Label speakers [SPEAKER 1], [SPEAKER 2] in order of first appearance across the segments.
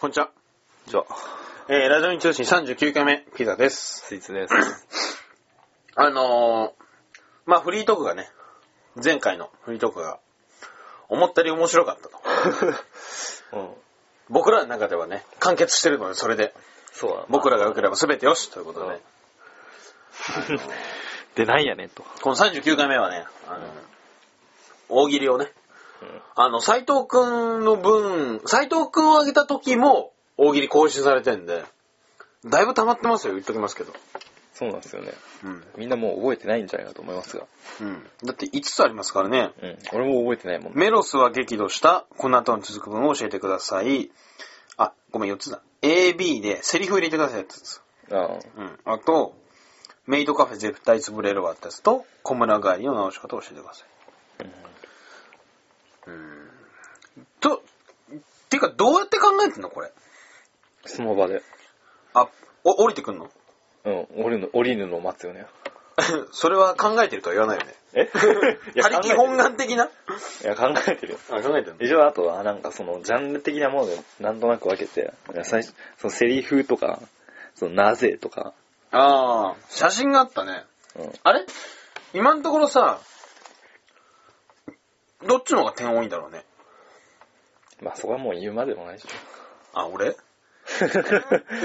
[SPEAKER 1] こんにちは。
[SPEAKER 2] じゃあ、
[SPEAKER 1] えー、ラジオに通信39回目、ピザです。
[SPEAKER 2] スイーツです。
[SPEAKER 1] あのー、まあフリートークがね、前回のフリートークが、思ったより面白かった と。
[SPEAKER 2] うん。
[SPEAKER 1] 僕らの中ではね、完結してるので、それで。
[SPEAKER 2] そうだ
[SPEAKER 1] 僕
[SPEAKER 2] ら。
[SPEAKER 1] らが良ければ全てよしということで、
[SPEAKER 2] うんでないやね、と。
[SPEAKER 1] この39回目はね、あの、大喜利をね、
[SPEAKER 2] うん。
[SPEAKER 1] あの、斎藤くんの分、斎藤くんをあげた時も、大喜利更新されてんで、だいぶ溜まってますよ、言っときますけど。
[SPEAKER 2] そうなんですよね。
[SPEAKER 1] うん。
[SPEAKER 2] みんなもう覚えてないんじゃないかと思いますが。
[SPEAKER 1] うん。だって5つありますからね。
[SPEAKER 2] うん。俺も覚えてないもんね。
[SPEAKER 1] メロスは激怒した、この後に続く文を教えてください。あ、ごめん、4つだ。AB で、セリフ入れてくださいってやつです。
[SPEAKER 2] ああ。
[SPEAKER 1] うん。あと、メイドカフェ絶対潰れるわってやつと、小村帰りの直し方を教えてください。と、てか、どうやって考えてんのこれ。
[SPEAKER 2] その場で。
[SPEAKER 1] あ、お、降りてくんの
[SPEAKER 2] うん。降りるの、降りるのを待つよね。
[SPEAKER 1] それは考えてるとは言わないよね。
[SPEAKER 2] えいや、
[SPEAKER 1] 他
[SPEAKER 2] 考え
[SPEAKER 1] 力
[SPEAKER 2] てる
[SPEAKER 1] 本願的な
[SPEAKER 2] いや、考えてるよ。
[SPEAKER 1] あ、考えてる
[SPEAKER 2] 一応、あとは、なんかその、ジャンル的なもので、なんとなく分けて、いや最初、そのセリフとか、その、なぜとか、
[SPEAKER 1] ああ、写真があったね。
[SPEAKER 2] うん。
[SPEAKER 1] あれ今のところさ、どっちの方が点多いんだろうね。
[SPEAKER 2] まあ、そこはもう言うまでもない でしょ。
[SPEAKER 1] あ、俺で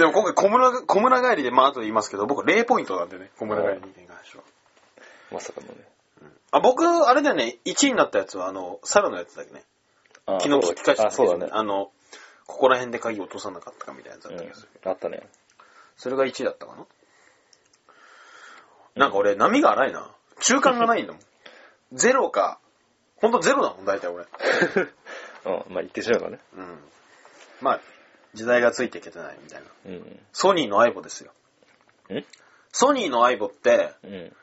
[SPEAKER 1] も今回小村、小村帰りで、まあ後で言いますけど、僕0ポイントなんでね、小村帰りに関しては。
[SPEAKER 2] まさかのね。
[SPEAKER 1] あ、僕、あれだよね、1位になったやつは、あの、猿のやつだけね。
[SPEAKER 2] ああ
[SPEAKER 1] 昨日聞き返したん
[SPEAKER 2] あ、そうだね。
[SPEAKER 1] あの、ここら辺で鍵落とさなかったかみたいなやつだった気がする。
[SPEAKER 2] うんあったね。
[SPEAKER 1] それが1位だったかななんか俺、波が荒いな。中間がないんだもん。ゼロか、ほんとゼロだもん、大体俺。
[SPEAKER 2] うん、まあ言ってしまえばね。
[SPEAKER 1] うん。まあ、時代がついていけてないみたいな。
[SPEAKER 2] うん。
[SPEAKER 1] ソニーのアイボですよ。
[SPEAKER 2] ん
[SPEAKER 1] ソニーのアイボって、
[SPEAKER 2] うん。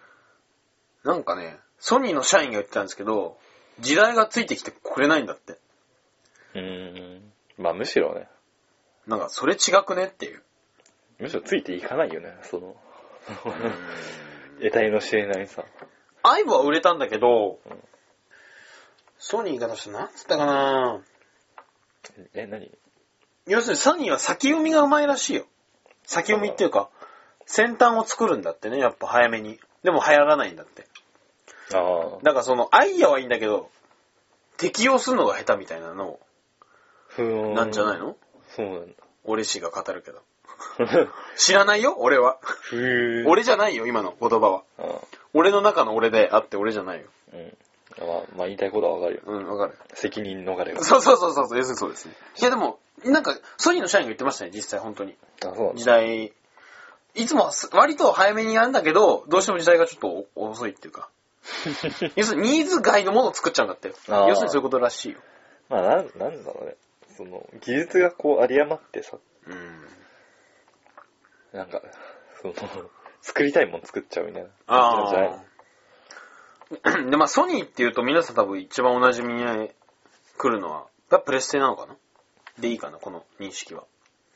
[SPEAKER 1] なんかね、ソニーの社員が言ってたんですけど、時代がついてきてくれないんだって。
[SPEAKER 2] うーん。まあむしろね、
[SPEAKER 1] なんか、それ違くねっていう。
[SPEAKER 2] むしろついていかないよね、その、得体の知れないさ。
[SPEAKER 1] アイボは売れたんだけど
[SPEAKER 2] うん、
[SPEAKER 1] ソニーが出した、なんつったかな
[SPEAKER 2] え、何
[SPEAKER 1] 要するにソニーは先読みがうまいらしいよ。先読みっていうか、先端を作るんだってね、やっぱ早めに。でも流行らないんだって。
[SPEAKER 2] ああ、
[SPEAKER 1] だからその、アイヤはいいんだけど、適用するのが下手みたいなのを
[SPEAKER 2] ふーん。
[SPEAKER 1] なんじゃないの
[SPEAKER 2] そうなんだ。
[SPEAKER 1] 俺氏が語るけど。 知らないよ俺は。
[SPEAKER 2] ふー。
[SPEAKER 1] 俺じゃないよ、今の言葉は。
[SPEAKER 2] ああ
[SPEAKER 1] 俺の中の俺であって俺じゃないよ。
[SPEAKER 2] うん。まあ、まあ言いたいことはわかるよ。
[SPEAKER 1] うん、わかる。
[SPEAKER 2] 責任逃れが。あ、
[SPEAKER 1] そうそうそうそう、要するにそうですね。いやでも、なんか、ソニーの社員が言ってましたね、実際本当に。
[SPEAKER 2] そうなん
[SPEAKER 1] 時
[SPEAKER 2] だ。
[SPEAKER 1] 代、いつもはす割と早めにやるんだけど、どうしても時代がちょっとお遅いっていうか。要するにニーズ外のものを作っちゃうんだって。
[SPEAKER 2] あー
[SPEAKER 1] 要するにそういうことらしいよ。
[SPEAKER 2] まあなん、なんだろうね。その、技術がこうあり余ってさ、
[SPEAKER 1] うん。
[SPEAKER 2] なんか、その、作りたいもん作っちゃうみたいな。
[SPEAKER 1] あ
[SPEAKER 2] じゃない
[SPEAKER 1] あ。 で、まあソニーっていうと皆さん多分一番お馴染みに来るのは、やっぱプレステなのかなでいいかな、この認識は。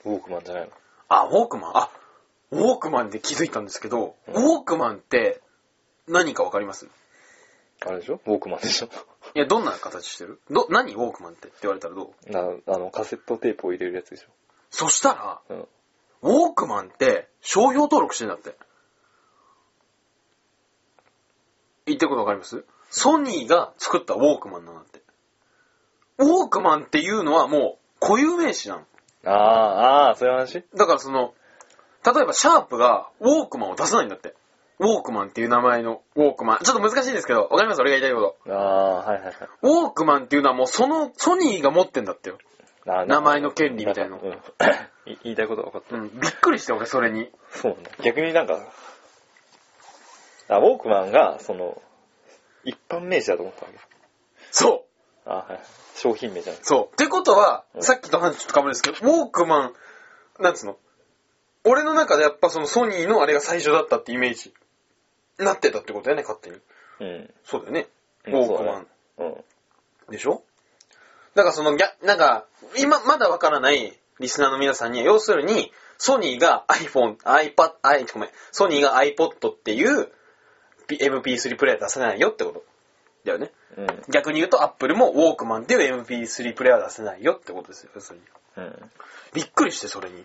[SPEAKER 2] ウォークマンじゃないの。
[SPEAKER 1] あ、ウォークマン、あ、ウォークマンで気づいたんですけど、
[SPEAKER 2] うん
[SPEAKER 1] ウォークマンって何かわかります
[SPEAKER 2] あれでしょウォークマンでしょ
[SPEAKER 1] いや、どんな形してるど、何ウォークマンってって言われたらどう
[SPEAKER 2] なあの、カセットテープを入れるやつでし
[SPEAKER 1] そしたら、
[SPEAKER 2] ょ。うん。
[SPEAKER 1] ウォークマンって商標登録してんだって。言ってることわかりますソニーが作ったウォークマンなんだって。ウォークマンっていうのはもう固有名詞なの。
[SPEAKER 2] ああ、ああ、そういう話
[SPEAKER 1] だからその、例えばシャープがウォークマンを出さないんだって。ウォークマンっていう名前のウォークマン。ちょっと難しいですけど、わかります俺が言いたいこ
[SPEAKER 2] ああ、はいはいはい。
[SPEAKER 1] と。ウォークマンっていうのはもうそのソニーが持ってんだってよ。
[SPEAKER 2] あー
[SPEAKER 1] 名前の権利みたいな
[SPEAKER 2] うん い言いたいことは分かった。
[SPEAKER 1] うん。びっくりして俺それに。
[SPEAKER 2] そうなんだ。逆になんか、あウォークマンが、その、一般名詞だと思ったわけ。
[SPEAKER 1] そう
[SPEAKER 2] あーはい。商品名じゃない
[SPEAKER 1] そう。ってことは、
[SPEAKER 2] うん
[SPEAKER 1] さっきと話ちょっとかぶるんですけど、ウォークマン、なんつうの俺の中でやっぱそのソニーのあれが最初だったってイメージ、なってたってことだよね、勝手に。
[SPEAKER 2] うん。
[SPEAKER 1] そうだよね。ウ
[SPEAKER 2] う
[SPEAKER 1] ォ
[SPEAKER 2] ん
[SPEAKER 1] ークマン。。
[SPEAKER 2] そうだね
[SPEAKER 1] でしょだからそのギャ、なんか、今、まだわからないリスナーの皆さんには、要するに、ソニーが iPhone、iPad、i、ごめん、ソニーが iPod っていう P- MP3 プレイヤー出せないよってこと。だよね。
[SPEAKER 2] うん。
[SPEAKER 1] 逆に言うと、アップルもウォークマンでいう MP3 プレイヤーは出せないよってことですよ、要するに。
[SPEAKER 2] うん。
[SPEAKER 1] びっくりして、それに。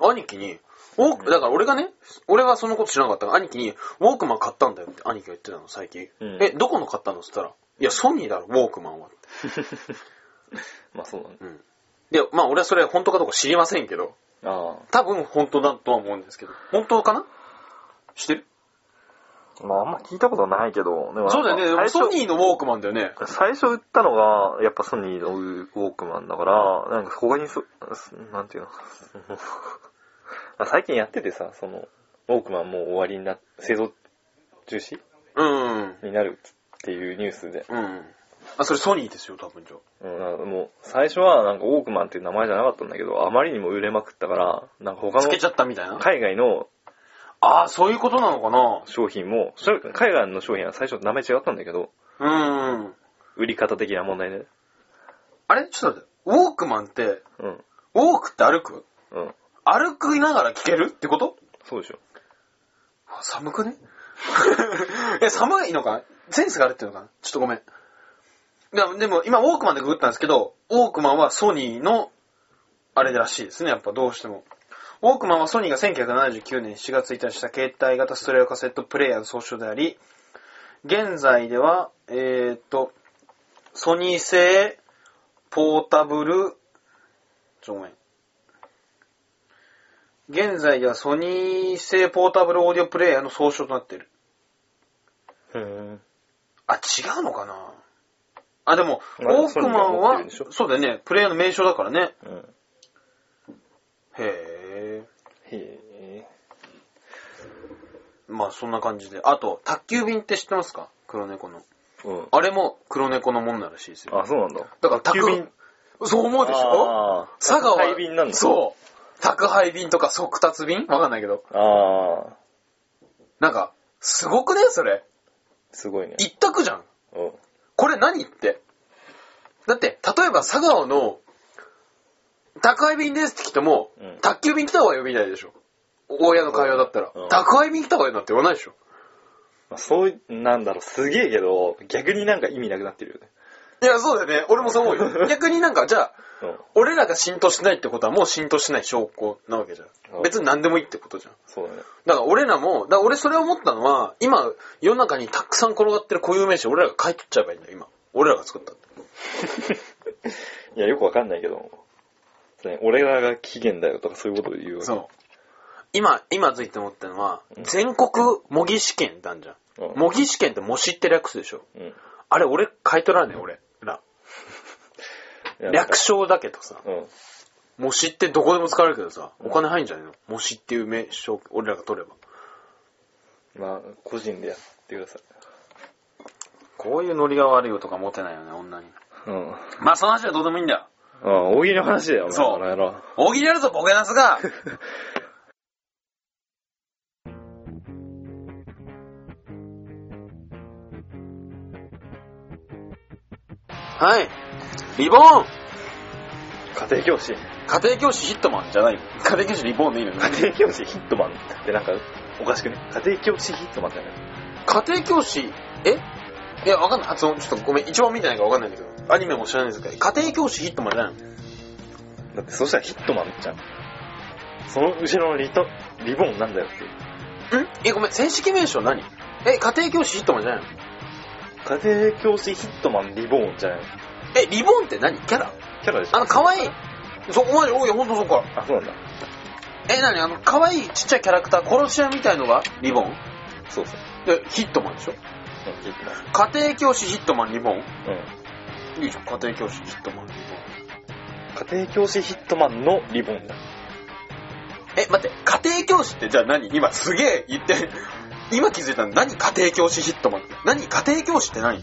[SPEAKER 1] 兄貴に、ウォーク、だから俺がね、俺はそのこと知らなかったから、兄貴に、ウォークマン買ったんだよって兄貴が言ってたの、最近。
[SPEAKER 2] うん
[SPEAKER 1] え、どこの買ったのって言ったら、いや、ソニーだろ、ウォークマンは。
[SPEAKER 2] まあそうだね。
[SPEAKER 1] うん。いや、まあ俺はそれ本当かどうか知りませんけど、
[SPEAKER 2] あ
[SPEAKER 1] 多分本当だとは思うんですけど、本当かなしてる
[SPEAKER 2] あ。まああんま聞いたことないけど、でも
[SPEAKER 1] そうだよね、ソ
[SPEAKER 2] ー
[SPEAKER 1] ニーのウォークマンだよね。
[SPEAKER 2] 最初売ったのが、やっぱソニーのウォークマンだから、なんか他にそ、なんていうの、 あ最近やっててさ、その、ウォークマンもう終わりにな、製造中止
[SPEAKER 1] うん。
[SPEAKER 2] になるっていうニュースで、
[SPEAKER 1] うん。あ、それソニーですよ、多分じゃあ。
[SPEAKER 2] うん、なんかもう最初はなんかウォークマンっていう名前じゃなかったんだけど、あまりにも売れまくったから、なんか他
[SPEAKER 1] つけちゃ
[SPEAKER 2] の
[SPEAKER 1] ったみたいな。
[SPEAKER 2] 海外の
[SPEAKER 1] ああ、そういうことなのかな
[SPEAKER 2] 商品も、しょ海外の商品は最初名前違ったんだけど、
[SPEAKER 1] うん。
[SPEAKER 2] 売り方的な問題で、
[SPEAKER 1] あれちょっと待って。ウォークマンって、
[SPEAKER 2] うん、
[SPEAKER 1] ウォークって歩く
[SPEAKER 2] うん、
[SPEAKER 1] 歩くながら聞けるってこと
[SPEAKER 2] そうでしょ。
[SPEAKER 1] あ寒くね え、寒いのかなセンスがあるっていうのかなちょっとごめん。でもでも今、ウォークマンでググったんですけど、ウォークマンはソニーの、あれらしいですね、やっぱどうしても。ウォークマンはソニーが1979年7月1日した携帯型ストレオカセットプレイヤーの総称であり、現在では、えーっと、ソニー製ポータブル、ちょ、ごめん。現在ではソニー製ポータブルオーディオプレイヤーの総称となっている。
[SPEAKER 2] うん。
[SPEAKER 1] あ、違うのかなあ、でも、
[SPEAKER 2] まあ
[SPEAKER 1] ウォークマン
[SPEAKER 2] ソニーが持ってる
[SPEAKER 1] は
[SPEAKER 2] んでしょ、
[SPEAKER 1] そうだよね、プレイヤーの名称だからね。
[SPEAKER 2] うん。
[SPEAKER 1] へえ。
[SPEAKER 2] へえ。
[SPEAKER 1] まあそんな感じで。あと、宅急便って知ってますか黒猫の。
[SPEAKER 2] うん。
[SPEAKER 1] あれも黒猫のもんならしいですよ。
[SPEAKER 2] あ、そうなんだ。
[SPEAKER 1] だから宅
[SPEAKER 2] 宅急便。
[SPEAKER 1] そう思うでしょ
[SPEAKER 2] あー
[SPEAKER 1] 佐賀は。
[SPEAKER 2] 宅配便なんだ。
[SPEAKER 1] そう。宅配便とか速達便わかんないけど。
[SPEAKER 2] う。ああ、
[SPEAKER 1] なんか、すごくねそれ。
[SPEAKER 2] すごいね。
[SPEAKER 1] 一択じゃん。
[SPEAKER 2] うん。
[SPEAKER 1] これ何って。だって、例えば佐川の、宅配便ですって来ても、
[SPEAKER 2] うん
[SPEAKER 1] 宅急便来た方がよみたいでしょ。親の会話だったら。
[SPEAKER 2] うん
[SPEAKER 1] 宅配便来た方がよなんて言わないでしょ。
[SPEAKER 2] まあ、そうい、なんだろう、すげえけど、逆になんか意味なくなってるよね。
[SPEAKER 1] いや、そうだよね。俺もそう思うよ。 逆になんか、じゃあ、
[SPEAKER 2] うん。
[SPEAKER 1] 俺らが浸透しないってことはもう浸透しない証拠なわけじゃ
[SPEAKER 2] うん
[SPEAKER 1] ん。別に何でもいいってことじゃん。
[SPEAKER 2] そうだね。
[SPEAKER 1] だから俺らも、だから俺それを思ったのは、今、世の中にたくさん転がってる固有名詞、俺らが買い取っちゃえばいいんだよ、今。俺らが作ったって。
[SPEAKER 2] いや、よくわかんないけど、そうね俺らが期限だよとかそういうことを言うわけ。
[SPEAKER 1] そう。今、今ついて思ったのは
[SPEAKER 2] う、ん
[SPEAKER 1] 全国模擬試験なんじゃん。
[SPEAKER 2] うん
[SPEAKER 1] 模擬試験って模試って略すでしょ。
[SPEAKER 2] うん。い
[SPEAKER 1] あれ、俺、買い取らねえ、俺ら。
[SPEAKER 2] や
[SPEAKER 1] 略称だけどさ、
[SPEAKER 2] うん。
[SPEAKER 1] 模試ってどこでも使われるけどさ、
[SPEAKER 2] うん
[SPEAKER 1] お金入んじゃねえの模試っていう名称、俺らが取れば。
[SPEAKER 2] まあ、個人でやってくださ
[SPEAKER 1] こういうノリが悪い男はモテないよね、女に。
[SPEAKER 2] い。うん。あ
[SPEAKER 1] まあ、その話はどうでもいいんだよ。
[SPEAKER 2] あ、大喜利の話だよ、お前
[SPEAKER 1] そう
[SPEAKER 2] この野郎。
[SPEAKER 1] 大喜利やるぞ、ボケナスがはい。リボーン
[SPEAKER 2] 家庭教師。
[SPEAKER 1] 家庭教師ヒットマンじゃないよ家庭教師リボーンでいいのよ
[SPEAKER 2] 家庭教師ヒットマンってなんか、おかしくね。家庭教師ヒットマンってね。
[SPEAKER 1] 家庭教師えいや、わかんない。あその、ちょっとごめん。一番見てないからわかんないんだけど。アニメも知らないですけど、家庭教師ヒットマンじゃないの
[SPEAKER 2] だってそしたらヒットマンじゃん。その後ろのリト、リボンなんだよって。
[SPEAKER 1] んえ、ごめん。正式名称何え、家庭教師ヒットマンじゃないの
[SPEAKER 2] 家庭教師ヒットマンリボーンじゃないの
[SPEAKER 1] え、リボーンって何キャラ
[SPEAKER 2] キャラでしょ
[SPEAKER 1] あの、可愛いそこまで、おい、ほんとそっか。
[SPEAKER 2] あ、そうなんだ。
[SPEAKER 1] え、何あの、可愛いちっちゃいキャラクター、殺し屋みたいのがリボン
[SPEAKER 2] そうそう。
[SPEAKER 1] で、ヒットマンでしょ
[SPEAKER 2] うん、ヒットマン。
[SPEAKER 1] 家庭教師ヒットマンリボン
[SPEAKER 2] う
[SPEAKER 1] いいじゃん。家庭教師ヒットマンリボン。
[SPEAKER 2] ん。家庭教師ヒットマンのリボンだ。
[SPEAKER 1] え、待って、家庭教師ってじゃあ何今すげえ言って、今気づいたの何家庭教師ヒットマンって。何家庭教師って何
[SPEAKER 2] 家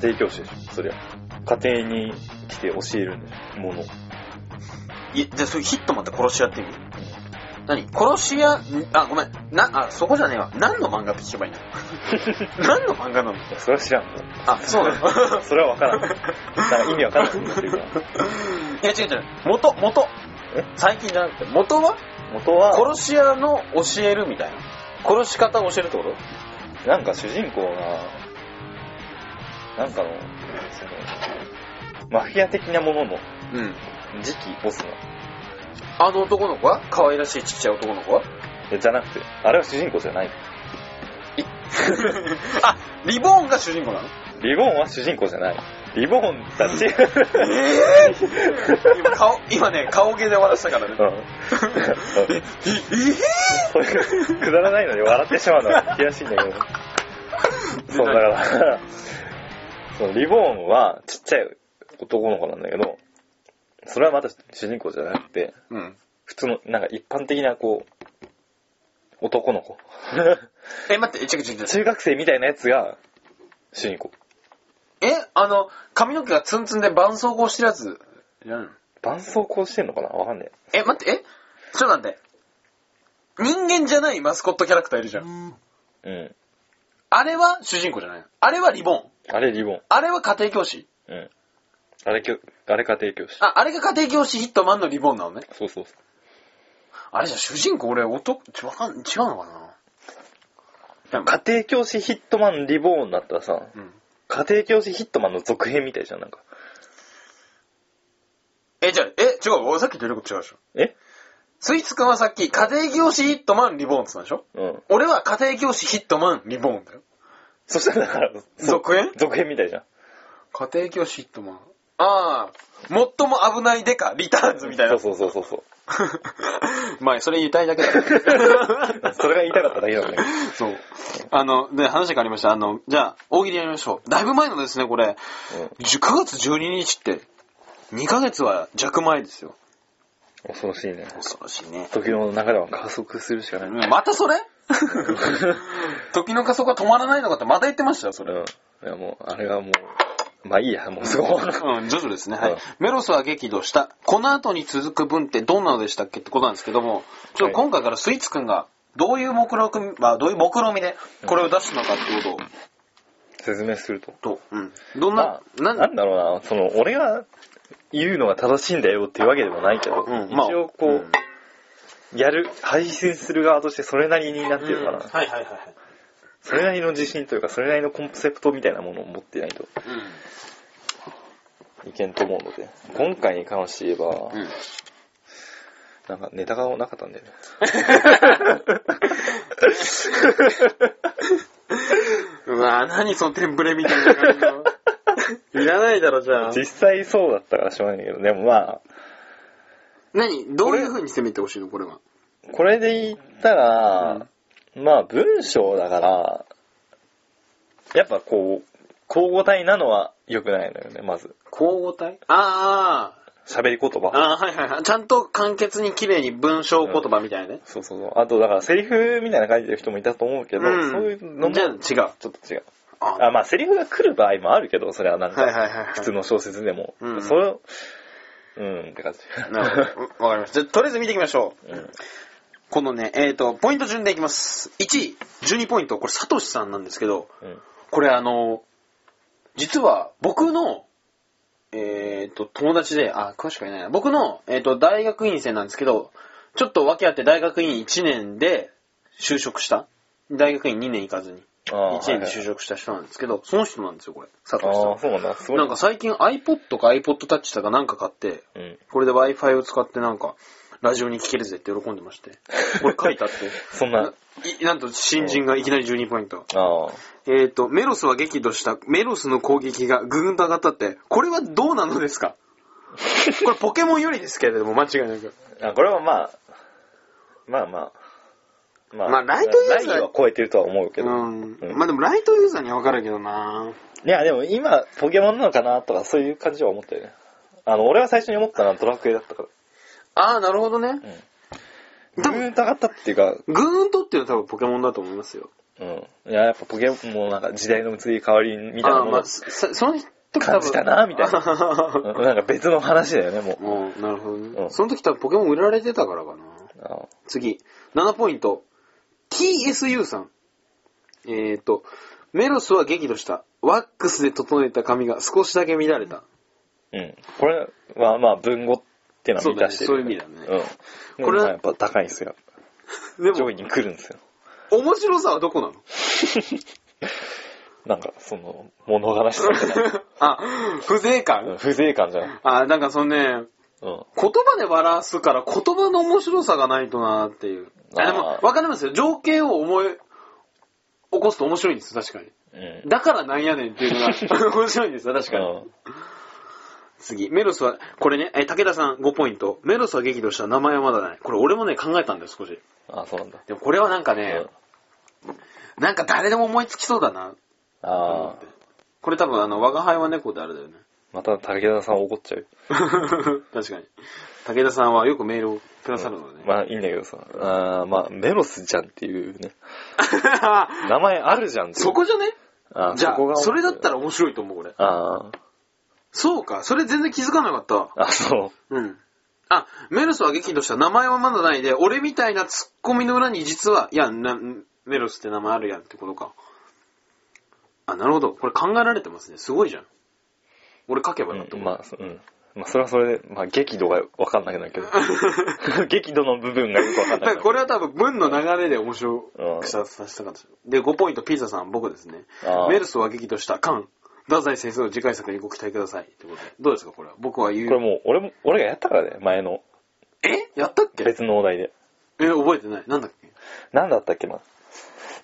[SPEAKER 2] 庭教師でしょ。そりゃ。家庭に来て教えるんでしょ。もの。
[SPEAKER 1] いじゃあそれヒットマンって殺し屋って意味何殺し屋、んあ、ごめん。な、あ、そこじゃねえわ。何の漫画って聞けばいいの何の漫画なの
[SPEAKER 2] いやそれは知らんもん。
[SPEAKER 1] あ、そうなの。
[SPEAKER 2] それはわからん。なんか意味わからんくなってるから。
[SPEAKER 1] いや違う違う。元、元
[SPEAKER 2] え。
[SPEAKER 1] 最近じゃなくて、元は
[SPEAKER 2] 元 は、
[SPEAKER 1] 殺し屋の教えるみたいな。殺し方を教えるってこと
[SPEAKER 2] なんか主人公が、なんかの、その、マフィア的なものの
[SPEAKER 1] うん。
[SPEAKER 2] 次期ボスの
[SPEAKER 1] あの男の子は可愛らしいちっちゃい男の子は
[SPEAKER 2] えじゃなくて、あれは主人公じゃない。
[SPEAKER 1] あ、リボーンが主人公なの
[SPEAKER 2] リボーンは主人公じゃない。リボーンたち、
[SPEAKER 1] えー、今顔、今ね、顔芸で笑ったからね。
[SPEAKER 2] うん。
[SPEAKER 1] え、え
[SPEAKER 2] そういう、くだらないのに笑ってしまうのは悔しいんだけど。そう、だから、 そのリボーンはちっちゃい男の子なんだけど、それはまた主人公じゃなくて、
[SPEAKER 1] ー、うん。
[SPEAKER 2] 普通の、なんか一般的なこう、男の子。
[SPEAKER 1] え、待って、え、ちょちょちょちょ。
[SPEAKER 2] 中学生みたいなやつが主人公。
[SPEAKER 1] え、あの、髪の毛がツンツンで絆創膏してるやつじゃないの
[SPEAKER 2] 伴奏こうしてんのかなわかんね
[SPEAKER 1] え、待って、えちょっと待って。人間じゃないマスコットキャラクターいるじゃん。
[SPEAKER 2] え。うん。
[SPEAKER 1] あれは主人公じゃないのあれはリボン。
[SPEAKER 2] あれリボン。
[SPEAKER 1] あれは家庭教師。
[SPEAKER 2] うん。あれきょ、あれ家庭教師。
[SPEAKER 1] あ、あれが家庭教師ヒットマンのリボンなのね。
[SPEAKER 2] そうそうそ
[SPEAKER 1] あれじゃ主人公俺男、ちょわかん、違うのか
[SPEAKER 2] う。
[SPEAKER 1] な
[SPEAKER 2] 家庭教師ヒットマンリボーンだったらさ、
[SPEAKER 1] うん。
[SPEAKER 2] 家庭教師ヒットマンの続編みたいじゃん、なんか。
[SPEAKER 1] え、じゃあ、え、違う、俺さっきと言ってること違うでしょ。
[SPEAKER 2] え
[SPEAKER 1] スイーツくんはさっき家庭教師ヒットマンリボーンって言ったでしょ
[SPEAKER 2] うん。
[SPEAKER 1] 俺は家庭教師ヒットマンリボーンだよ。
[SPEAKER 2] そしたらだから、そう
[SPEAKER 1] 続編
[SPEAKER 2] 続編みたいじゃん。
[SPEAKER 1] 家庭教師ヒットマン。ああ、最も危ないデカ、リターンズみたいな。
[SPEAKER 2] そうそうそうそう
[SPEAKER 1] まあ、それ言いたいだ けだよ
[SPEAKER 2] そう。それが言いたかっただけなんだけど。
[SPEAKER 1] そう。あの、で、話が変わりました。あの、じゃあ、大喜利やりましょう。だいぶ前のですね、これ。じゅ9月12日って、2ヶ月は弱前ですよ。
[SPEAKER 2] うん。恐ろしいね。
[SPEAKER 1] 恐ろしいね。
[SPEAKER 2] 時の流れは加速するしかない。
[SPEAKER 1] また それ時の加速が止まらないのかってまた言ってましたよ、それ。
[SPEAKER 2] うん。いやもう、あれはもう、まあいいや、もうすごい。
[SPEAKER 1] うん、徐々ですね。は
[SPEAKER 2] う
[SPEAKER 1] い
[SPEAKER 2] ん。
[SPEAKER 1] メロスは激怒した。この後に続く文ってどんなのでしたっけってことなんですけども、ちょっと今回からスイーツくんが、どういう目録、まあ、どういう目論みで、これを出すのかってことを、
[SPEAKER 2] 説明すると。
[SPEAKER 1] と、うん。どん
[SPEAKER 2] ま
[SPEAKER 1] な、
[SPEAKER 2] あ、なんだろうな、その、俺が言うのが正しいんだよっていうわけでもないけど、
[SPEAKER 1] うん、
[SPEAKER 2] 一応こう、やる、配信する側としてそれなりになってるから、
[SPEAKER 1] うんはいはいはいはい。
[SPEAKER 2] それなりの自信というか、それなりのコンセプトみたいなものを持ってないといけんと思うので、今回に関して言えば、
[SPEAKER 1] うん。うん。
[SPEAKER 2] なんかネタがなかったんだよね。
[SPEAKER 1] うわぁ、何そのテンプレみたいな感じ の。いらないだろ、じゃ
[SPEAKER 2] 実際そうだったからしょうがないんだけど、でもまあ、
[SPEAKER 1] 何どういう風に攻めてほしいの、これは。
[SPEAKER 2] これで言ったら、まあ文章だから、やっぱこう、交互体なのは良くないのよね、まず。
[SPEAKER 1] 交互体あー
[SPEAKER 2] 喋り言葉。
[SPEAKER 1] あー、あーはいはいはい。ちゃんと簡潔に綺麗に文章言葉みたいなね。
[SPEAKER 2] そうそうそう。あと、だから、セリフみたいなの書いてる人もいたと思うけど、
[SPEAKER 1] うん
[SPEAKER 2] そういうのも、
[SPEAKER 1] じゃあ
[SPEAKER 2] ち
[SPEAKER 1] 違う。
[SPEAKER 2] ょっと違う。
[SPEAKER 1] あ
[SPEAKER 2] あ、まあ、セリフが来る場合もあるけど、それはなん
[SPEAKER 1] はい
[SPEAKER 2] か、
[SPEAKER 1] はいはい。
[SPEAKER 2] 普通。の小説でも。
[SPEAKER 1] うん
[SPEAKER 2] それを、うん、って感じ。
[SPEAKER 1] なるほど。わかりました。じゃあ、とりあえず見ていきましょう。
[SPEAKER 2] うん
[SPEAKER 1] このね、えっ、と、ポイント順でいきます。1位、12ポイント。これ、サトシさんなんですけど、
[SPEAKER 2] うん。
[SPEAKER 1] これあの、実は僕の、えっ、と、友達で、あ、詳しくはいないな。僕の、えっ、と、大学院生なんですけど、ちょっと訳あって大学院1年で就職した。大学院2年行かずに。
[SPEAKER 2] あ
[SPEAKER 1] 1年で就職した人なんですけど、その人なんですよ、これ。サ
[SPEAKER 2] あ
[SPEAKER 1] ト
[SPEAKER 2] あ
[SPEAKER 1] シ
[SPEAKER 2] ー、
[SPEAKER 1] さ
[SPEAKER 2] そうなんだ。す
[SPEAKER 1] ん。
[SPEAKER 2] ごい。
[SPEAKER 1] なんか最近 iPod か iPod Touch だかなんか買って、
[SPEAKER 2] うん。
[SPEAKER 1] これで Wi-Fi を使ってなんか、ラジオに聞けるぜって喜んでまして。これ書いてあって。
[SPEAKER 2] そんな
[SPEAKER 1] な、いなんと新人がいきなり12ポイント。
[SPEAKER 2] ああ。
[SPEAKER 1] えっ、と、メロスは激怒した、メロスの攻撃がぐぐんと上がったって、これはどうなのです かこれポケモンよりですけれども、間違いなく。
[SPEAKER 2] あ、これはまあ、まあまあ、ま
[SPEAKER 1] まあライトユーザー
[SPEAKER 2] ラインは超えてるとは思うけ
[SPEAKER 1] う
[SPEAKER 2] ど。
[SPEAKER 1] ん
[SPEAKER 2] う。ん
[SPEAKER 1] まあでもライトユーザーには分かるけどない
[SPEAKER 2] や、でも今、ポケモンなのかなとか、そういう感じは思ったよね。あの、俺は最初に思ったのはドラクエだったから。
[SPEAKER 1] ああ、なるほどね。
[SPEAKER 2] う
[SPEAKER 1] で
[SPEAKER 2] ん。で
[SPEAKER 1] も
[SPEAKER 2] も、疑ったっていうか、
[SPEAKER 1] ぐーんとっていうのは多分ポケモンだと思いますよ。
[SPEAKER 2] うん。いや、やっぱポケモンもなんか時代の移り変わりみたいな
[SPEAKER 1] あーま
[SPEAKER 2] もの
[SPEAKER 1] あ、そその時多分。
[SPEAKER 2] 感じたなみたい
[SPEAKER 1] な。
[SPEAKER 2] うんなんか別の話だよね、もう。
[SPEAKER 1] もう、なるほどね。
[SPEAKER 2] うん
[SPEAKER 1] その時多分ポケモン売られてたからかな。
[SPEAKER 2] あ
[SPEAKER 1] 次、7ポイント。TSU さん。えっ、ー、と、メロスは激怒した。ワックスで整えた髪が少しだけ乱れた。
[SPEAKER 2] うん。これはまあ文語ってのは満たしてる。
[SPEAKER 1] そうだねそういう意味だね。
[SPEAKER 2] うん。
[SPEAKER 1] こ
[SPEAKER 2] こ
[SPEAKER 1] れ
[SPEAKER 2] れ
[SPEAKER 1] は
[SPEAKER 2] はやっぱ高いんですよ。
[SPEAKER 1] で
[SPEAKER 2] 上
[SPEAKER 1] も
[SPEAKER 2] 位、に来るんですよ。
[SPEAKER 1] 面白さはどこなの
[SPEAKER 2] なんか、その、物悲しさみたい な。
[SPEAKER 1] あ、風情
[SPEAKER 2] うん
[SPEAKER 1] 感
[SPEAKER 2] 風情感じゃない。
[SPEAKER 1] あ、なんかそのね、
[SPEAKER 2] うん。
[SPEAKER 1] 言葉で笑すから言葉の面白さがないとなっていう。あでも
[SPEAKER 2] あ、ー
[SPEAKER 1] わかりますよ。情景を思い起こすと面白いんですよ、確かに。
[SPEAKER 2] うん。
[SPEAKER 1] だからなんやねんっていうの が面白いんですよ、確かに。
[SPEAKER 2] うん
[SPEAKER 1] 次、メロスは、これね、え、武田さん5ポイント。メロスは激怒した名前はまだない。これ俺もね、考えたんだよ、少し。
[SPEAKER 2] あ、そうなんだ。
[SPEAKER 1] でもこれはなんか
[SPEAKER 2] う
[SPEAKER 1] ね
[SPEAKER 2] ん、。
[SPEAKER 1] なんか誰でも思いつきそうだな、と思
[SPEAKER 2] あ
[SPEAKER 1] っ
[SPEAKER 2] あ
[SPEAKER 1] て。。これ多分、あの、我が輩は猫であれだよね。
[SPEAKER 2] また武田さん怒っちゃう。
[SPEAKER 1] 確かに。武田さんはよくメールをくださるのでね。
[SPEAKER 2] まあいいんだけどさ。あーまあ、メロスじゃんっていうね。名前あるじゃんってい う
[SPEAKER 1] そこじゃね
[SPEAKER 2] あー
[SPEAKER 1] じゃ
[SPEAKER 2] そこ
[SPEAKER 1] あ、
[SPEAKER 2] が
[SPEAKER 1] それだったら面白いと思う、俺。
[SPEAKER 2] ああ。
[SPEAKER 1] そうか、それ全然気づかなかったわ。
[SPEAKER 2] あ、そう。
[SPEAKER 1] うん。あ、メロスは激怒した。名前はまだないで、俺みたいなツッコミの裏に実は、いや、なメロスって名前あるやんってことか。あ、なるほど。これ考えられてますね。すごいじゃん。俺書けば
[SPEAKER 2] う
[SPEAKER 1] よかった
[SPEAKER 2] ん、まあ、そうん。まあ、それはそれで、まあ、激怒がわかんなくなるけど。 激怒の部分がよくわかんなく
[SPEAKER 1] だか
[SPEAKER 2] な
[SPEAKER 1] ら
[SPEAKER 2] る。
[SPEAKER 1] これは多分文の流れで面白く
[SPEAKER 2] う
[SPEAKER 1] させたかったですで、5ポイント、ピザさん、僕ですね
[SPEAKER 2] あ。ー
[SPEAKER 1] メルスを激怒した、カン。太宰先生の次回作にご期待ください。ってことで。どうですか、これは。僕は言う。
[SPEAKER 2] これもう、俺も、俺がやったからね、前の。
[SPEAKER 1] えやったっけ
[SPEAKER 2] 別のお題で。
[SPEAKER 1] え、覚えてない。なんだっけ
[SPEAKER 2] 何だったっけ な。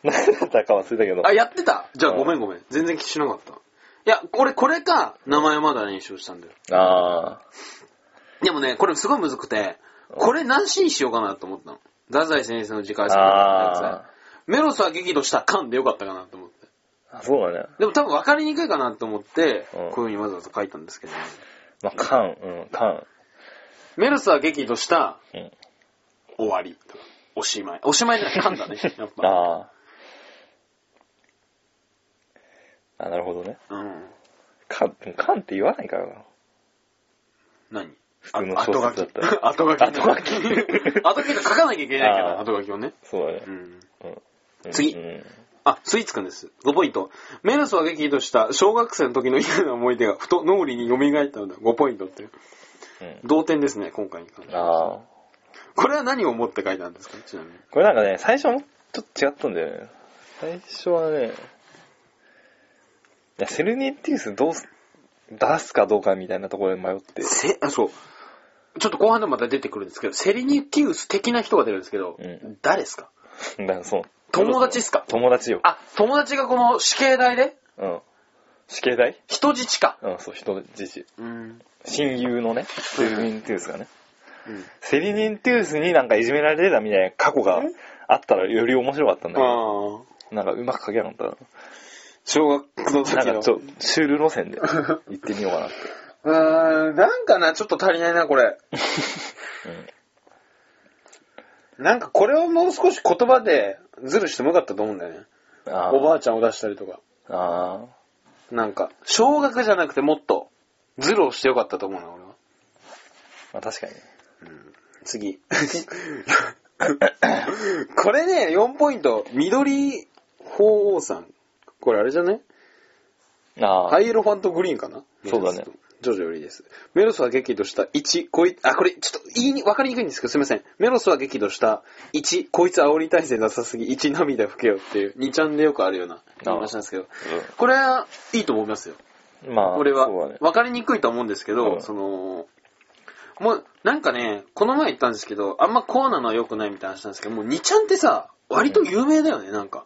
[SPEAKER 2] 何だったか忘れたけど。
[SPEAKER 1] あ、やってたじゃあ
[SPEAKER 2] うん
[SPEAKER 1] ごめんごめん。全然気しなかった。いや、俺これか、名前まだ練習したんだよ。
[SPEAKER 2] あ
[SPEAKER 1] でもね、これすごいむずくて、これ何シーンしようかなと思ったの。太宰先生の次回
[SPEAKER 2] あ。
[SPEAKER 1] 作
[SPEAKER 2] あ
[SPEAKER 1] メロスは激怒した、カンでよかったかなと思って。
[SPEAKER 2] あ。そうだね。
[SPEAKER 1] でも多分分かりにくいかなと思って、こ
[SPEAKER 2] うん
[SPEAKER 1] ういう風にわざわざ書いたんですけど、
[SPEAKER 2] まあ、カン、うん、カン。
[SPEAKER 1] メルスは激怒した、
[SPEAKER 2] うん。
[SPEAKER 1] 終わり。おしまい。おしまいじゃない、噛ん だね。やっぱ。
[SPEAKER 2] ああ。あ、なるほどね。
[SPEAKER 1] うん。
[SPEAKER 2] カン、でもカンって言わないからな。
[SPEAKER 1] 何
[SPEAKER 2] 普
[SPEAKER 1] あ
[SPEAKER 2] 通の小
[SPEAKER 1] 後書
[SPEAKER 2] 説だっ
[SPEAKER 1] き
[SPEAKER 2] た ら。。
[SPEAKER 1] 後書 き。
[SPEAKER 2] 後書き
[SPEAKER 1] 後書きと書かなきゃいけないから、
[SPEAKER 2] あー
[SPEAKER 1] 後書きをね。
[SPEAKER 2] そうだね
[SPEAKER 1] う。ん。
[SPEAKER 2] うん。
[SPEAKER 1] 次
[SPEAKER 2] うん
[SPEAKER 1] あ、スイーツくんです。5ポイント。メルスは激怒した小学生の時の嫌な思い出がふと脳裏に蘇ったのだ。5ポイントっていう。
[SPEAKER 2] うん。
[SPEAKER 1] 同点ですね、今回に関しては。
[SPEAKER 2] ああ。
[SPEAKER 1] これは何を思って書いたんですかちなみに。
[SPEAKER 2] これなんかね、最初はもうちょっと違ったんだよね。最初はね、いや、セルニティウスどうす、出すかどうかみたいなところで迷って。
[SPEAKER 1] せ、あ、そう。ちょっと後半でもまた出てくるんですけど、セリニキウス的な人が出るんですけど、
[SPEAKER 2] うん
[SPEAKER 1] 誰ですか
[SPEAKER 2] だからそう。
[SPEAKER 1] 友達っすか
[SPEAKER 2] 友達よ。
[SPEAKER 1] あ、友達がこの死刑台で
[SPEAKER 2] うん。死刑台
[SPEAKER 1] 人質か。
[SPEAKER 2] うん、そう、人質。
[SPEAKER 1] うん。
[SPEAKER 2] 親友のね、セルニティウスがね。
[SPEAKER 1] うん。
[SPEAKER 2] セリニティウスになんかいじめられてたみたいな過去があったらより面白かったんだけど、
[SPEAKER 1] ああ。
[SPEAKER 2] なんかうまく書けなかっ
[SPEAKER 1] 小学の
[SPEAKER 2] た
[SPEAKER 1] 時
[SPEAKER 2] な。なん
[SPEAKER 1] の
[SPEAKER 2] かち。ょ、シュール路線で行ってみようかなって。
[SPEAKER 1] うーん、なんかな、ちょっと足りないな、これ。なんかこれをもう少し言葉でズルしてもよかったと思うんだよね。
[SPEAKER 2] うん。あ
[SPEAKER 1] おばあちゃんを出したりとか。
[SPEAKER 2] あ。ああ。
[SPEAKER 1] なんか、小学じゃなくてもっとズルをしてよかったと思うな、俺は。
[SPEAKER 2] まあ確かにね。
[SPEAKER 1] 次。 これね、4ポイント。緑鳳凰さん。これあれじゃね
[SPEAKER 2] ああ。
[SPEAKER 1] ハイエロファントグリーンかな
[SPEAKER 2] そうだね。
[SPEAKER 1] ジョジョよりです。メロスは激怒した1、こいあ、これ、ちょっと言いに、わかりにくいんですけど、すいません。メロスは激怒した1、こいつ煽り体制なさすぎ、1、涙吹けよっていう、2ちゃんでよくあるような話なんですけど、これはいいと思いますよ。
[SPEAKER 2] まあ、
[SPEAKER 1] これは、
[SPEAKER 2] そうだね。
[SPEAKER 1] わかりにくいと思うんですけど、
[SPEAKER 2] うん
[SPEAKER 1] その、もう、なんかね、この前言ったんですけど、あんまこうなのは良くないみたいな話なんですけど、もう2ちゃんってさ、割と有名だよね、なんか。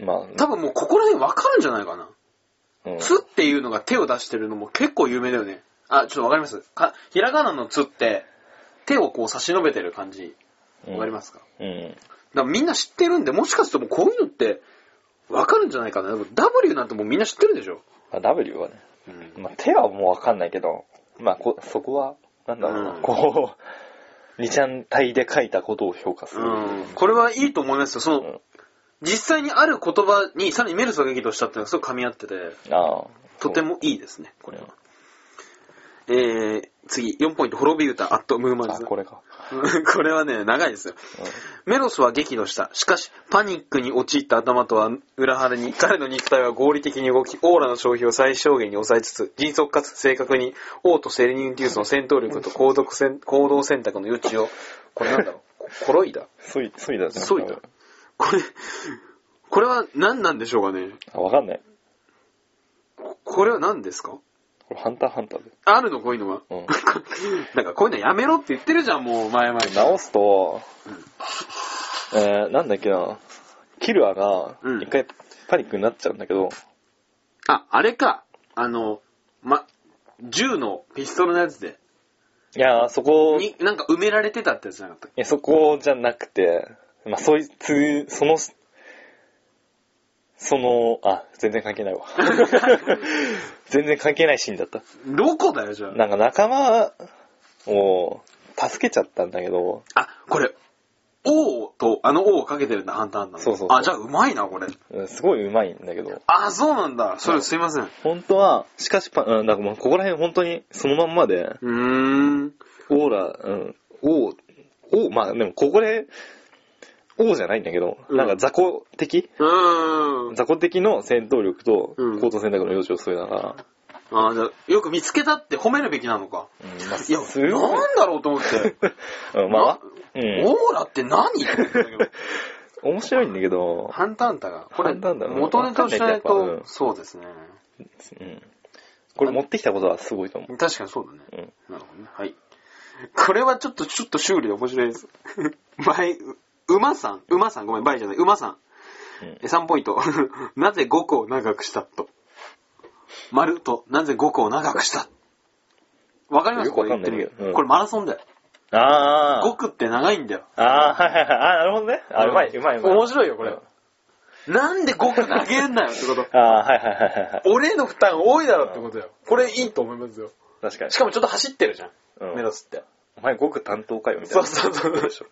[SPEAKER 2] まあ、
[SPEAKER 1] 多分もうここら辺わかるんじゃないかな。
[SPEAKER 2] うん
[SPEAKER 1] つっていうのが手を出してるのも結構有名だよね。あ、ちょっとわかりますかひらがなのつって、手をこう差し伸べてる感じ、わかりますか、
[SPEAKER 2] うん。
[SPEAKER 1] だからみんな知ってるんで、もしかするともうこういうのって、わかるんじゃないかな。でも W なんてもうみんな知ってるでしょ。
[SPEAKER 2] まあ、W はね、
[SPEAKER 1] うん
[SPEAKER 2] まあ、手はもうわかんないけど、まあ、こそこは、なんだろうな、
[SPEAKER 1] うん
[SPEAKER 2] こう、二ちゃん体で書いたことを評価する。
[SPEAKER 1] うんこれはいいと思いますよ。その、
[SPEAKER 2] うん
[SPEAKER 1] 実際にある言葉にさらにメルスが激怒したっていうのがすごく噛み合ってて、
[SPEAKER 2] ああ。
[SPEAKER 1] とて
[SPEAKER 2] も。
[SPEAKER 1] もいいですね、これは。えー、次、4ポイント、滅び歌、アットムーマン
[SPEAKER 2] あ、
[SPEAKER 1] ズ。
[SPEAKER 2] これか。
[SPEAKER 1] これはね、長いですよ。メロスは激怒した。しかし、パニックに陥った頭とは裏腹に、彼の肉体は合理的に動き、オーラの消費を最小限に抑えつつ、迅速かつ正確に、王とセレニウンティウスの戦闘力と行動選行動選択の余地を、これなん だろう、こコロイダ
[SPEAKER 2] そい、そいだじゃん。
[SPEAKER 1] そいだこれ、これは何なんでしょうかね。
[SPEAKER 2] あ、わかんない。
[SPEAKER 1] これは何ですか
[SPEAKER 2] これハンターハンターで。
[SPEAKER 1] あるのこういうのは。
[SPEAKER 2] うん
[SPEAKER 1] なんかこういうのやめろって言ってるじゃん、もう前々。
[SPEAKER 2] 直すと、えー、なんだっけな、キルアが
[SPEAKER 1] うん、
[SPEAKER 2] 一回パニックになっちゃうんだけど、
[SPEAKER 1] あ、あれか。あの、ま、銃のピストルのやつで、
[SPEAKER 2] いやー、そこ、い
[SPEAKER 1] に、なんか埋められてたってやつじゃなかったっけ
[SPEAKER 2] やそこじゃなくて、まあ、そいつ、その、その、あ、全然関係ない わ。全然関係ないシーンだった。
[SPEAKER 1] どこだよ、じゃあ。
[SPEAKER 2] なんか仲間を助けちゃったんだけど、
[SPEAKER 1] あ、これ、王と、あの王をかけてるんだ、ハンターハンターの
[SPEAKER 2] そうそうそう
[SPEAKER 1] あ、じゃあうまいな、これ。
[SPEAKER 2] うんすごい上手いんだけど、
[SPEAKER 1] あ、そうなんだ。それすいません。う
[SPEAKER 2] 本当は、しかしパ、うん、なんかもうここら辺本当にそのまんまで、
[SPEAKER 1] ーん。
[SPEAKER 2] オーラ、うん、王、王、まあでもここで、王じゃないんだけど、
[SPEAKER 1] うん
[SPEAKER 2] なんか雑魚的
[SPEAKER 1] うーん。
[SPEAKER 2] 雑魚的の戦闘力と
[SPEAKER 1] うん
[SPEAKER 2] 高等選択の余地を添えながら、
[SPEAKER 1] あ、じゃあよく見つけたって褒めるべきなのか。
[SPEAKER 2] うん、まあ、
[SPEAKER 1] いや、
[SPEAKER 2] すごい
[SPEAKER 1] なんだろうと思 って。
[SPEAKER 2] うん、まあわ、う
[SPEAKER 1] オ
[SPEAKER 2] ん、
[SPEAKER 1] ーラって 何って言ったんだけど
[SPEAKER 2] 面白いんだけど、
[SPEAKER 1] ハンターハンターが。これ、
[SPEAKER 2] ハンターハンターが
[SPEAKER 1] 元ネタを知らない
[SPEAKER 2] わかんないってやっ
[SPEAKER 1] と、
[SPEAKER 2] ぱ
[SPEAKER 1] そうですね。
[SPEAKER 2] うん、これ持ってきたことはすごいと思う。
[SPEAKER 1] 確かにそうだね。
[SPEAKER 2] うん、
[SPEAKER 1] なるほどね。はい。これはちょっと、ちょっと修理で面白いです。 前、馬さん、馬さん、ごめん、倍じゃない、馬さん。
[SPEAKER 2] うん
[SPEAKER 1] え3ポイント。 なぜ5個を長くしたと。丸と、なぜ5個を長くしたわかります
[SPEAKER 2] よくわかんない
[SPEAKER 1] これ言ってる意味
[SPEAKER 2] うん
[SPEAKER 1] これマラソンだよ。
[SPEAKER 2] あー
[SPEAKER 1] 5、区って長いんだよ。
[SPEAKER 2] あー、はいはいはい、あーなるほどね。あ、うまい、うまい、うまい。
[SPEAKER 1] 面白いよ、これ
[SPEAKER 2] うん。
[SPEAKER 1] なんで5区投げんなよってこと。
[SPEAKER 2] あー、はいはいはいはいはい。
[SPEAKER 1] 俺への負担多いだろってことよ。これいいと思いますよ。
[SPEAKER 2] 確かに
[SPEAKER 1] し。かもちょっと走ってるじゃん。
[SPEAKER 2] うん
[SPEAKER 1] メロスって。
[SPEAKER 2] お前5区担当かよ、みたい
[SPEAKER 1] そう
[SPEAKER 2] な。
[SPEAKER 1] そうそう。
[SPEAKER 2] でしょ。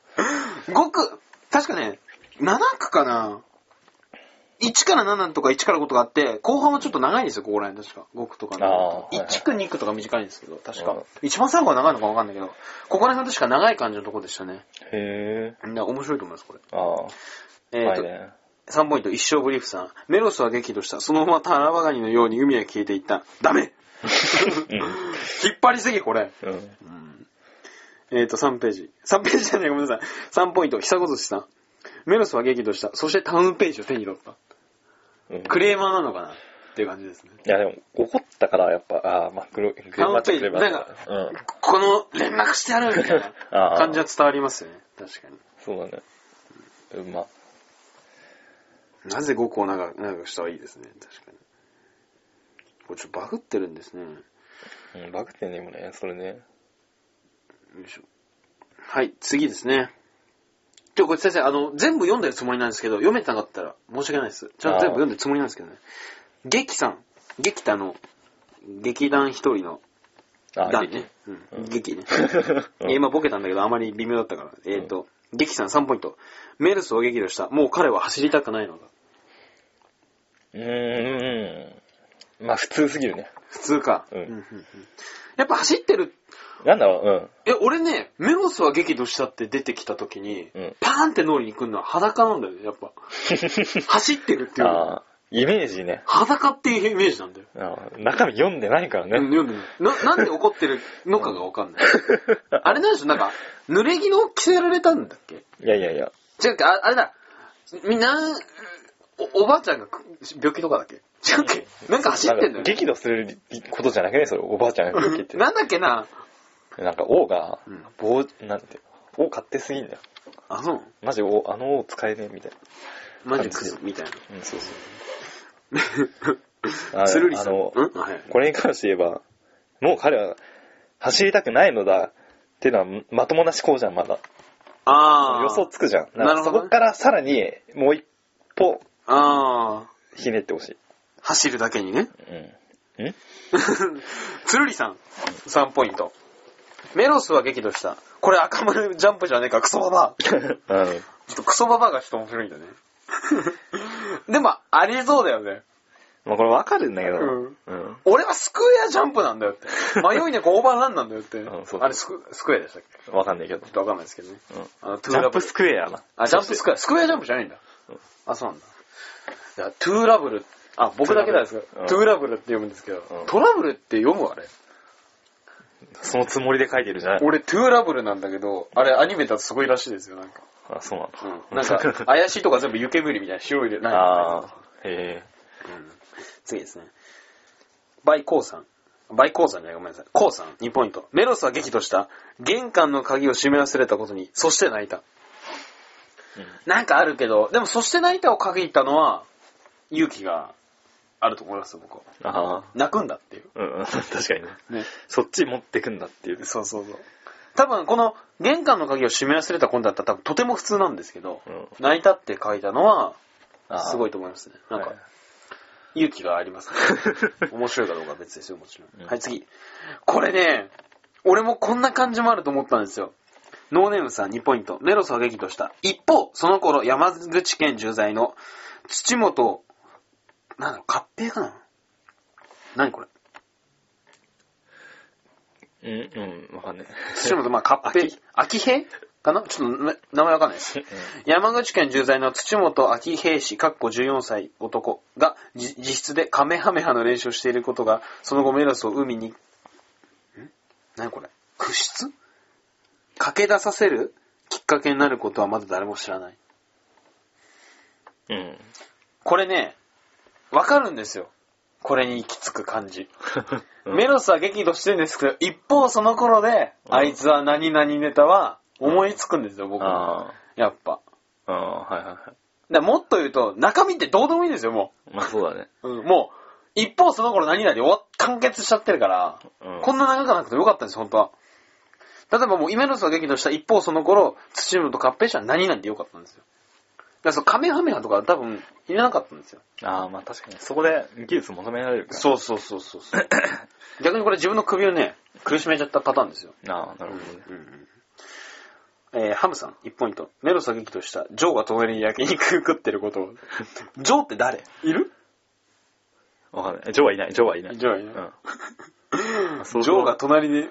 [SPEAKER 1] 5区、確かね、7区かな。1から7とか1から5とかあって、後半はちょっと長いんですよ、ここら辺確か。5区とか
[SPEAKER 2] あー
[SPEAKER 1] の。
[SPEAKER 2] はいはい
[SPEAKER 1] 1区、2区とか短いんですけど、確
[SPEAKER 2] うん
[SPEAKER 1] か。一番最後は長いのかわかんないけど、ここら辺は確か長い感じのとこでしたね。
[SPEAKER 2] へ
[SPEAKER 1] みんな面白いと思います、これ。
[SPEAKER 2] ー。あー。
[SPEAKER 1] え
[SPEAKER 2] は
[SPEAKER 1] ーと、
[SPEAKER 2] いね。
[SPEAKER 1] 3ポイント、一生ブリーフさん。メロスは激怒した。そのままタラバガニのように海へ消えていった。ダメ 引っ張りすぎ、これ。
[SPEAKER 2] うん。
[SPEAKER 1] えっ、と、3ページ。3ページじゃない、ごめんなさい。3ポイント、久子寿司さん。メロスは激怒した。そしてタウンページを手に取った。
[SPEAKER 2] うん
[SPEAKER 1] クレーマーなのかなっていう感じですね。
[SPEAKER 2] いやでも、怒ったから、やっぱ、ああ、まあ、グロ、グレマっちゃグレマだ
[SPEAKER 1] なん
[SPEAKER 2] からうん。
[SPEAKER 1] この、連絡してやるみたい
[SPEAKER 2] あ
[SPEAKER 1] な
[SPEAKER 2] ー
[SPEAKER 1] 感じは伝わりますよね。確かに。
[SPEAKER 2] そうだね。うん、まあ、
[SPEAKER 1] なぜ5個を長く長くしたはいいですね。確かに。これちょっとバグってるんですね。よ
[SPEAKER 2] うん、バグってんね、今ね、それね。
[SPEAKER 1] いしょ。はい、次ですね。ちょ、これ先生、あの、全部読んでるつもりなんですけど、読めてなかったら申し訳ないです。ちゃんと全部読んでるつもりなんですけどね。劇さん。劇ってあの、劇団一人の
[SPEAKER 2] あ
[SPEAKER 1] だ
[SPEAKER 2] ー、
[SPEAKER 1] ね。
[SPEAKER 2] う
[SPEAKER 1] うんん。劇 ね。
[SPEAKER 2] うん
[SPEAKER 1] え今ボケたんだけど、あまり微妙だったから。えっ、と、劇さん3ポイント。メルスを激怒した。もう彼は走りたくないのだ。
[SPEAKER 2] うーん。まあ、普通すぎるね。
[SPEAKER 1] 普通か。
[SPEAKER 2] うん
[SPEAKER 1] うんうんうんやっぱ走ってる。
[SPEAKER 2] なんだろ
[SPEAKER 1] え、俺ね、メロスは激怒したって出てきた時に、
[SPEAKER 2] うん
[SPEAKER 1] パーンって脳裏に来るのは裸なんだよね、やっぱ。走ってるっ
[SPEAKER 2] う、
[SPEAKER 1] て
[SPEAKER 2] う
[SPEAKER 1] い
[SPEAKER 2] ん。
[SPEAKER 1] う。
[SPEAKER 2] ああ、イメージね。
[SPEAKER 1] 裸っていうイメージなんだよ。
[SPEAKER 2] あー中身読んでないから
[SPEAKER 1] うん
[SPEAKER 2] ね。
[SPEAKER 1] 読んでみるな、なんで怒ってるのかがわか んない。あれなんでしょなんか、濡れ着の着せられたんだっけ
[SPEAKER 2] いやいやいや。
[SPEAKER 1] 違うか、ああれだ。みんな、おおばあちゃんがく病気とかだっけ違うっけなんか走ってんだ
[SPEAKER 2] なんか
[SPEAKER 1] よ。
[SPEAKER 2] 激怒することじゃなくね、それ、おばあちゃんが激って。
[SPEAKER 1] なんだっけな
[SPEAKER 2] なんか、王が
[SPEAKER 1] うん、
[SPEAKER 2] 棒、なんて、王勝手すぎんだよ。
[SPEAKER 1] あの、
[SPEAKER 2] マジ王、あの王使えねえ、みたい
[SPEAKER 1] マジクズみたいな。
[SPEAKER 2] な。うん、そうそう。 あ
[SPEAKER 1] つるりさん。
[SPEAKER 2] あ
[SPEAKER 1] ん
[SPEAKER 2] の
[SPEAKER 1] はい。
[SPEAKER 2] これに関して言えば、もう彼は走りたくないのだっていうのはまともな思考じゃん、まだ。
[SPEAKER 1] ああ。
[SPEAKER 2] 予想つくじゃん。
[SPEAKER 1] なるほどね
[SPEAKER 2] そこからさらにもう一歩
[SPEAKER 1] ああ。
[SPEAKER 2] ひねってほしい。
[SPEAKER 1] 走るだけにね。
[SPEAKER 2] うん。ん
[SPEAKER 1] つるりさん。3ポイント。メロスは激怒した。これ赤丸ジャンプじゃねえか、クソババア。ちょ
[SPEAKER 2] うん。
[SPEAKER 1] っとクソババアがちょっと面白いんだね。 でも、ありそうだよね。
[SPEAKER 2] まあこれわかるんだけど。
[SPEAKER 1] うん
[SPEAKER 2] うん。
[SPEAKER 1] 俺はスクエアジャンプなんだよって。迷い猫オーバーランなんだよって。
[SPEAKER 2] んそうそう
[SPEAKER 1] あれスク、スクエアでしたっけち
[SPEAKER 2] わかんないけど
[SPEAKER 1] ょ。っとわかんないですけどね。
[SPEAKER 2] うん。
[SPEAKER 1] あの、トゥ
[SPEAKER 2] ジ
[SPEAKER 1] ー
[SPEAKER 2] ャ
[SPEAKER 1] ラブ
[SPEAKER 2] ンプ
[SPEAKER 1] ル
[SPEAKER 2] ス。クエアな。
[SPEAKER 1] あ、ジャンプスクエア。スクエアジャンプじゃないんだ。
[SPEAKER 2] うん
[SPEAKER 1] あ、そうなんだ。いや、トゥーラブル。あ、僕だけなんですけど、
[SPEAKER 2] うん
[SPEAKER 1] トゥーラブルって読むんですけど、
[SPEAKER 2] うん
[SPEAKER 1] トラブルって読むあれ。
[SPEAKER 2] そのつもりで書いてるじゃない。
[SPEAKER 1] 俺、トゥーラブルなんだけど、あれアニメだとすごいらしいですよ、なんか。
[SPEAKER 2] あ、そうなの。
[SPEAKER 1] うん。なんか、 怪しいとか全部湯煙みたいな白いで、なんか
[SPEAKER 2] ああ、へえ。
[SPEAKER 1] うん次ですね。バイコウさん。バイコウさんじゃない、ごめんなさい。コウさん、2ポイント。メロスは激怒した。玄関の鍵を閉め忘れたことに、そして泣いた。なんかあるけど、でも、そして泣いたを限ったのは、勇気があると思います、僕は。
[SPEAKER 2] ああ。
[SPEAKER 1] 泣くんだっていう。
[SPEAKER 2] うん、 うん確かにね。
[SPEAKER 1] ね。
[SPEAKER 2] そっち持ってくんだっていう。
[SPEAKER 1] そうそうそう。多分、この、玄関の鍵を閉め忘れたことだったら、多分、とても普通なんですけど、
[SPEAKER 2] うん
[SPEAKER 1] 泣いたって書いたのは、
[SPEAKER 2] ああ
[SPEAKER 1] すごいと思いますね。なんか
[SPEAKER 2] はい、
[SPEAKER 1] 勇気があり ますね。面白いかどうかは別ですよ、もちろん。
[SPEAKER 2] うん
[SPEAKER 1] はい、次。これね、俺もこんな感じもあると思ったんですよ。ノーネームさん2ポイント。メロスは激怒した。一方、その頃、山口県重罪の土本、なんだろう、合併かな何これ
[SPEAKER 2] うん、うん、わかんない。
[SPEAKER 1] 土本、まあ、合併、秋平かなちょっとな名前わかんないです。山口県重罪の土本昭平氏、かっこ14歳男がじ自室でカメハメハの練習をしていることが、その後メロスを海に、ん何これ屈出駆け出させるきっかけになることはまだ誰も知らない。
[SPEAKER 2] うん。
[SPEAKER 1] これね、わかるんですよ。これに行き着く感じ。
[SPEAKER 2] うん
[SPEAKER 1] メロスは激怒してるんですけど、一方その頃で、
[SPEAKER 2] うん
[SPEAKER 1] あいつは何々ネタは思いつくんですよ、僕は。
[SPEAKER 2] あ
[SPEAKER 1] やっぱ。
[SPEAKER 2] あ。ああ、はいはいは
[SPEAKER 1] だからもっと言うと、中身ってどうでもいいんですよ、もう。
[SPEAKER 2] い。まあそうだね。
[SPEAKER 1] うん、もう、一方その頃何々で終わ完結しちゃってるから、
[SPEAKER 2] うん。
[SPEAKER 1] こんな長くなくてよかったんです、本当は。例えばもう、イメロスが激怒した一方その頃、土本と合併者は何々でよかったんですよ。だからそのカメハメハとか多分、いらなかったんですよ。
[SPEAKER 2] ああ、まあ確かに。そこで技術求められるから。
[SPEAKER 1] そうそうそうそうそう。 逆にこれ自分の首をね、苦しめちゃったパターンですよ。
[SPEAKER 2] ああ、なるほどね。
[SPEAKER 1] えーハムさん、1ポイント。メロスが激怒した、ジョーが隣に焼肉食ってることを。ジョーって誰いる
[SPEAKER 2] わかんない。ジョーはいない。ジョーはいない。
[SPEAKER 1] ジョーはい
[SPEAKER 2] うん。
[SPEAKER 1] な
[SPEAKER 2] あ
[SPEAKER 1] ジ
[SPEAKER 2] そう
[SPEAKER 1] ョーが隣に。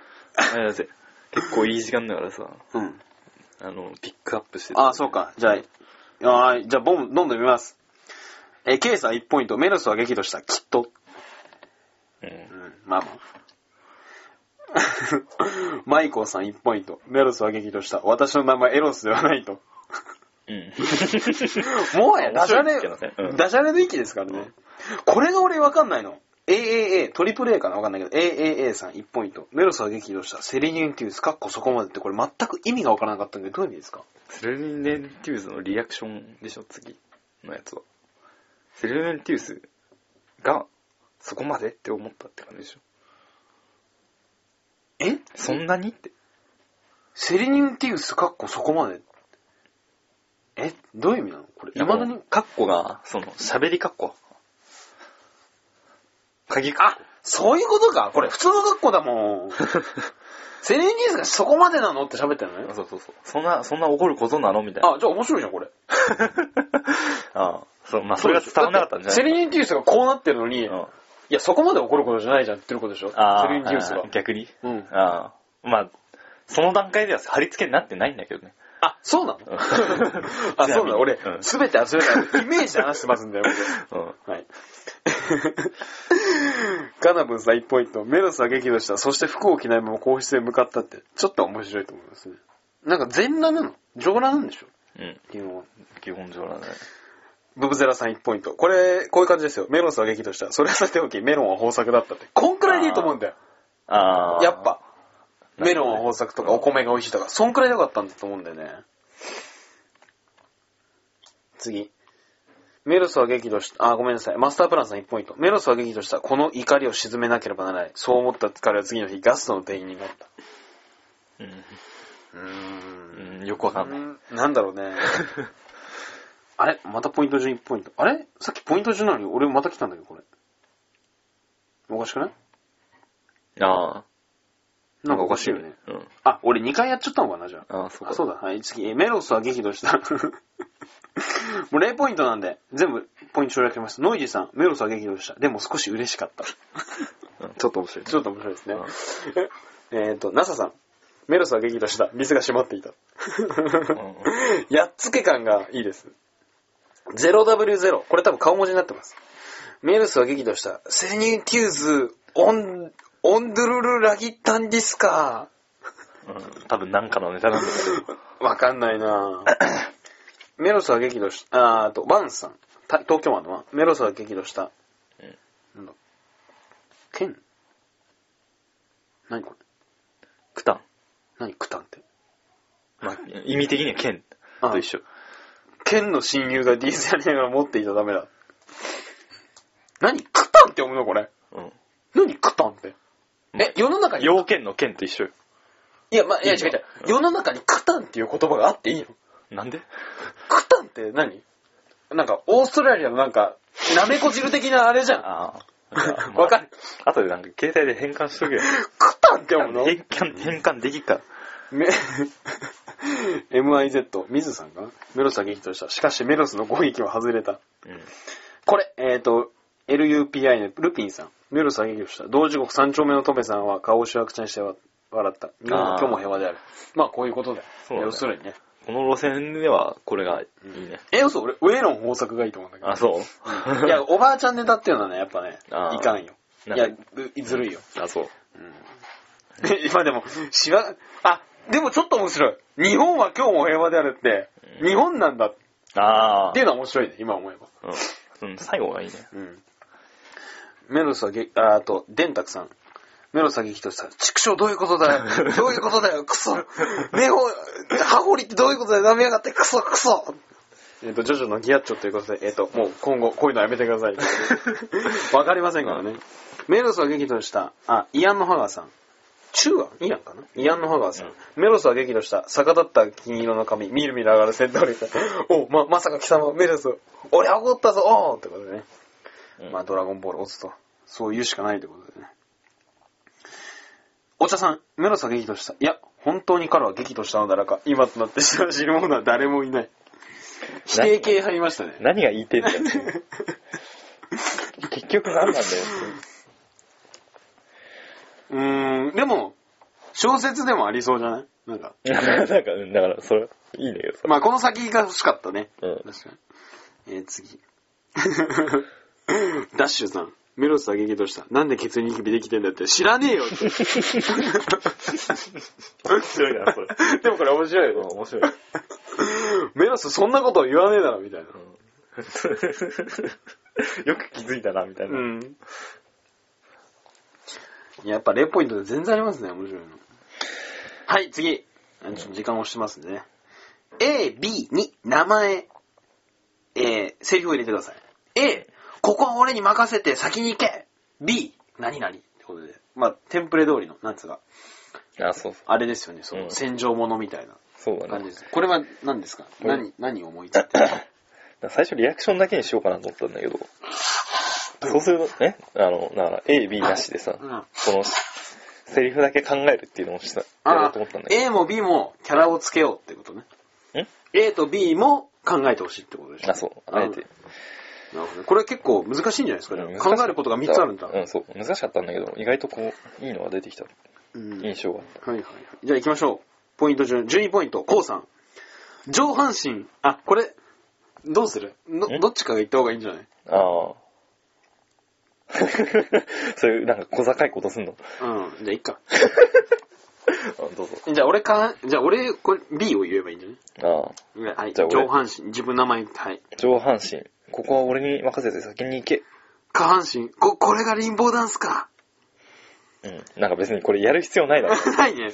[SPEAKER 2] あれだぜ結構いい時間だからさ、
[SPEAKER 1] うん。
[SPEAKER 2] あの、ピックアップして
[SPEAKER 1] あ、そうか。じゃあ、あーじゃあ、ボン、どんどん見ます。えー、K さん1ポイント、メロスは激怒した、きっと。
[SPEAKER 2] う。
[SPEAKER 1] うんん、まあまあ。 マイコーさん1ポイント、メロスは激怒した、私の名前エロスではないと。
[SPEAKER 2] うん。
[SPEAKER 1] もはやダジャレ
[SPEAKER 2] 面白いけどね、うん
[SPEAKER 1] ダジャレの域ですからね。これが俺わかんないの。AAA、トリプル A かなわかんないけど、AAA さん1ポイント、メロスは激怒した、セリニュンティウス、かっこそこまでって、これ全く意味がわからなかったんで、どういう意味ですか
[SPEAKER 2] セレネンティウスのリアクションでしょ、次のやつは。セレネンティウスが、そこまでって思ったって感じでしょ。
[SPEAKER 1] え
[SPEAKER 2] そんなにって。
[SPEAKER 1] セリニウンティウス、かっこそこまで。えどういう意味なのこれ、未だに。
[SPEAKER 2] カッコが、その、喋りカッコ。鍵カッコ。
[SPEAKER 1] そういうことかこれ、普通の格好だ もん。セリニウンティウスがそこまでなのって喋ってるのね。
[SPEAKER 2] そうそうそう。そんな、そんな怒ることなのみたいな。
[SPEAKER 1] あ、じゃあ面白いじゃん、これ。
[SPEAKER 2] ああ。そう、まあ、それが伝わらなかったんじゃない
[SPEAKER 1] セリニウンティウスがこうなってるのに、
[SPEAKER 2] うん
[SPEAKER 1] いや、そこまで怒ることじゃないじゃんって言ってることでしょ
[SPEAKER 2] ああ。
[SPEAKER 1] セリニウンティウスが
[SPEAKER 2] はい。逆に。
[SPEAKER 1] うん。
[SPEAKER 2] ああ。まあ、その段階では貼り付けになってないんだけどね。
[SPEAKER 1] あ、そうなの
[SPEAKER 2] ん
[SPEAKER 1] あ、そうなの俺
[SPEAKER 2] う、ん
[SPEAKER 1] すべて集めた。イメージで話してますんだよ、僕
[SPEAKER 2] うん。
[SPEAKER 1] はい。 ガナブンさん1ポイント。メロスは激怒した。そして服を着ないまま皇室へ向かったって、ちょっと面白いと思いますね。なんか全裸なの上裸なんでしょ
[SPEAKER 2] うん。
[SPEAKER 1] っていうのは。
[SPEAKER 2] 基本上はね。
[SPEAKER 1] ブブゼラさん1ポイント。これ、こういう感じですよ。メロスは激怒した。それはさておき、メロンは豊作だったって。こんくらいでいいと思うんだよ。
[SPEAKER 2] ああ。
[SPEAKER 1] やっぱ。。
[SPEAKER 2] なるほどね
[SPEAKER 1] メロンは豊作とか、お米が美味しいとか、そんくらいでよかったんだと思うんだよね。次。メロスは激怒した。あ、ごめんなさい。マスタープランさん1ポイント。メロスは激怒した。この怒りを鎮めなければならない。そう思った彼は次の日、ガストの店員になった。
[SPEAKER 2] うん。
[SPEAKER 1] うーん。
[SPEAKER 2] うん、よくわかんない。
[SPEAKER 1] なんだろう ね。あれまたポイント順1ポイント。あれさっきポイント順なのに、俺また来たんだけど、これ。おかしくない
[SPEAKER 2] ああ。
[SPEAKER 1] なんかおかしいよね。。
[SPEAKER 2] うん。
[SPEAKER 1] あ、俺2回やっちゃったのかな、じゃあ。
[SPEAKER 2] ああ、そう
[SPEAKER 1] あ
[SPEAKER 2] か。
[SPEAKER 1] そうだ、はい、次、えメロスは激怒した。も う0ポイントなんで、全部ポイント省略します。ノイジーさん、メロスは激怒した。でも少し嬉しかった。
[SPEAKER 2] うんちょっと面白い。
[SPEAKER 1] ちょっと面白いですね。えっと、ナサさん、メロスは激怒した。水が閉まっていた。やっつけ感がいいです。0W0。これ多分顔文字になってます。メルスは激怒した。セニューティウズ、オン、オンドゥルルラギッタンディスカ
[SPEAKER 2] うん。多分なんかのネタなんだけど。
[SPEAKER 1] ー。わかんないな ぁメロスは激怒した。あーあと、バンさん。た東京湾のワン。メロスは激怒した。
[SPEAKER 2] うん
[SPEAKER 1] なんだ剣何これ
[SPEAKER 2] クタン。
[SPEAKER 1] 何クタンって。
[SPEAKER 2] まあ、意味的には剣と一緒。
[SPEAKER 1] 剣の親友が D スやりながら持っていたらダメだ。何クタンって読むのこれ。
[SPEAKER 2] うん。
[SPEAKER 1] 何クタンって。え、世の中に、
[SPEAKER 2] 要件の剣と一緒よ。
[SPEAKER 1] いや、まあ、いや違う違う
[SPEAKER 2] う。ん
[SPEAKER 1] 世の中にクタンっていう言葉があっていいの
[SPEAKER 2] なんで
[SPEAKER 1] クタンって何なんか、オーストラリアのなんか、なめこ汁的なあれじゃん。
[SPEAKER 2] ああ。
[SPEAKER 1] わかる
[SPEAKER 2] あとでなんか携帯で変換しとけよ。
[SPEAKER 1] クタンって読むの
[SPEAKER 2] 変換、変換できっか。
[SPEAKER 1] め MIZ、ミズさんがメロスは撃退した。しかしメロスの攻撃は外れた。
[SPEAKER 2] うん。
[SPEAKER 1] これ、えっ、と、LUPI のルピンさん。メロスは撃退した。同時刻三丁目のトメさんは顔を主役ちゃにして笑った。日本は今日も平和である。まあこういうことだよ。
[SPEAKER 2] そうだね
[SPEAKER 1] 要するにね。
[SPEAKER 2] この路線ではこれがいいね。
[SPEAKER 1] え、嘘俺、ウェロン豊作がいいと思うんだけ
[SPEAKER 2] あ、そう
[SPEAKER 1] ど。いや、おばあちゃんネタっていうのはね、やっぱね
[SPEAKER 2] あ、ー
[SPEAKER 1] いかんよ。い
[SPEAKER 2] なん
[SPEAKER 1] や、
[SPEAKER 2] か
[SPEAKER 1] うずるいよ。
[SPEAKER 2] あ、そう。
[SPEAKER 1] うん、 今でも、しわ、あ、でもちょっと面白い。日本は今日も平和であるって、
[SPEAKER 2] うん
[SPEAKER 1] 日本なんだっ
[SPEAKER 2] ああ
[SPEAKER 1] てい。うのは面白いね、今思えば。
[SPEAKER 2] うん。うん、最後がいいね。
[SPEAKER 1] うん。メロスはげ、あ、あと、電卓さん。メロスは激とした。畜生どういうことだ よ。どういうことだよ。クソ。目を、歯掘りってどういうことだよ。舐めやがって。クソクソ。えっと、ジョジョのギアッチョということで、えっと、もう今後、こういうのやめてくだ さい。わかりませんからね。メロスは激怒した。あ、イアンのハガーさん。中はイアンかなイアンのハガーさん。メロスは激怒した。逆立った金色の髪。みるみる上がる戦闘力。お、ま、まさか貴様、メロス。俺は怒ったぞおーってことでね。
[SPEAKER 2] うん
[SPEAKER 1] まあ、ドラゴンボールを押すと。そう言うしかないということでね。お茶さん、メロスは激怒した。いや、本当に彼は激怒したのだらか、今となって知ら知る者は誰もいない。否定形入りました ね。
[SPEAKER 2] 何が言いてんだよ。結局何なんだよ。
[SPEAKER 1] うーん、でも、小説でもありそうじゃないなんか。
[SPEAKER 2] なんか、うんだから、それ、いいんだけどさ。
[SPEAKER 1] まあ、この先が欲しかったね。
[SPEAKER 2] うん
[SPEAKER 1] 確かに。えー、次。 ダッシュさん。メロスは激怒した。なんで血液日できてんだって知らねえよ って。
[SPEAKER 2] 面白いな、それ。
[SPEAKER 1] でもこれ面白いよね。
[SPEAKER 2] 面白い。
[SPEAKER 1] メロスそんなこと言わねえだろ、みたいな。
[SPEAKER 2] よく気づいたな、みたいな。
[SPEAKER 1] ん。やっぱ0ポイントで全然ありますね、面白いの。はい、次。あちょっと時間押してますね。A、B に名前、えー、セリフを入れてください。A、ここは俺に任せて先に行け !B、何々ってことで。まあ、テンプレ通りの、なんつうか、
[SPEAKER 2] あ、そうそう。
[SPEAKER 1] あれですよね、そうの、
[SPEAKER 2] ん
[SPEAKER 1] 戦場ものみたいな
[SPEAKER 2] そうだ
[SPEAKER 1] 感じ
[SPEAKER 2] ね。
[SPEAKER 1] です。これは何ですか
[SPEAKER 2] うん
[SPEAKER 1] 何、何を思いついて
[SPEAKER 2] 最初リアクションだけにしようかなと思ったんだけど。そうすると、ね、あの、だから A、B なしでさ、
[SPEAKER 1] うん
[SPEAKER 2] この、セリフだけ考えるっていうのをした、やろ
[SPEAKER 1] あ
[SPEAKER 2] うと思ったんだけ
[SPEAKER 1] A も B もキャラをつけようってことね。
[SPEAKER 2] ど。ん
[SPEAKER 1] A と B も考えてほしいってことでしょ。
[SPEAKER 2] あ、そう。あえて。
[SPEAKER 1] なるほどね。これ結構難しいんじゃないですか、
[SPEAKER 2] うん
[SPEAKER 1] ね、
[SPEAKER 2] 難しかっ
[SPEAKER 1] 考
[SPEAKER 2] た
[SPEAKER 1] えることが3つあるんだ。
[SPEAKER 2] うん、そう。難しかったんだけど、意外とこう、いいのが出てきた
[SPEAKER 1] うんはい
[SPEAKER 2] 印象があっ
[SPEAKER 1] はいはい。じゃあ行きましょう。ポイント順、12ポイント、こうさん。上半身、あ、これ、どうするの
[SPEAKER 2] ん
[SPEAKER 1] どっちかが言った方がいいんじゃない
[SPEAKER 2] た。ああ。 そういう、なんか小賢いことすんの。
[SPEAKER 1] うん。じゃあいっか。
[SPEAKER 2] あどうぞ。
[SPEAKER 1] じゃあ俺か、じゃあ俺、これ B を言えばいいんじゃない
[SPEAKER 2] ああ。
[SPEAKER 1] はい、
[SPEAKER 2] じゃあ俺
[SPEAKER 1] 上半身、自分の名前、はい。
[SPEAKER 2] 上半身。ここは俺に任せて先に行け。
[SPEAKER 1] 下半身、こ、これがリンボーダンスか。
[SPEAKER 2] うん。なんか別にこれやる必要な いだろ。
[SPEAKER 1] ないね。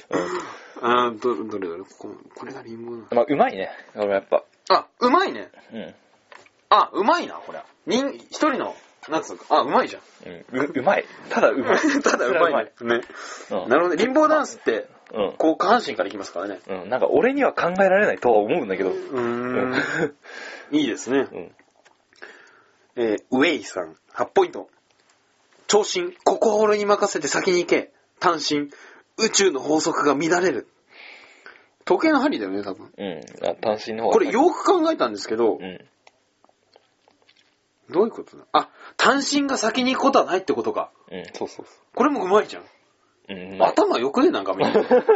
[SPEAKER 1] あーど、どれどれ、ここ、これがリンボーダンス。
[SPEAKER 2] まあ、うまいね。俺やっぱ。
[SPEAKER 1] あ、うまいね。
[SPEAKER 2] うん。
[SPEAKER 1] あ、うまいな、これ。人、一人の、なんつうか、あ、うまいじゃん。。
[SPEAKER 2] うん。う、うまい。ただうまい
[SPEAKER 1] ただうまいね。ね。
[SPEAKER 2] それはうまい。
[SPEAKER 1] なるほどね。リンボーダンスって、
[SPEAKER 2] うん。
[SPEAKER 1] こう、下半身からいきますからね。
[SPEAKER 2] うん。なんか俺には考えられないとは思うんだけど。う
[SPEAKER 1] うーん。
[SPEAKER 2] ん。
[SPEAKER 1] いいですね。
[SPEAKER 2] うん。
[SPEAKER 1] えー、ウェイさん、8ポイント。長身、ここは俺に任せて先に行け。単身、宇宙の法則が乱れる。時計の針だよね、多分。
[SPEAKER 2] うん。あ、単身の方が
[SPEAKER 1] これ、よく考えたんですけど
[SPEAKER 2] う、ん。
[SPEAKER 1] どういうことだあ、単身が先に行くことはないってことか。
[SPEAKER 2] うん。そうそうそ
[SPEAKER 1] これもうまいじゃん。
[SPEAKER 2] う。うん。うまい
[SPEAKER 1] 頭よくね、なんかみんな。
[SPEAKER 2] うんだか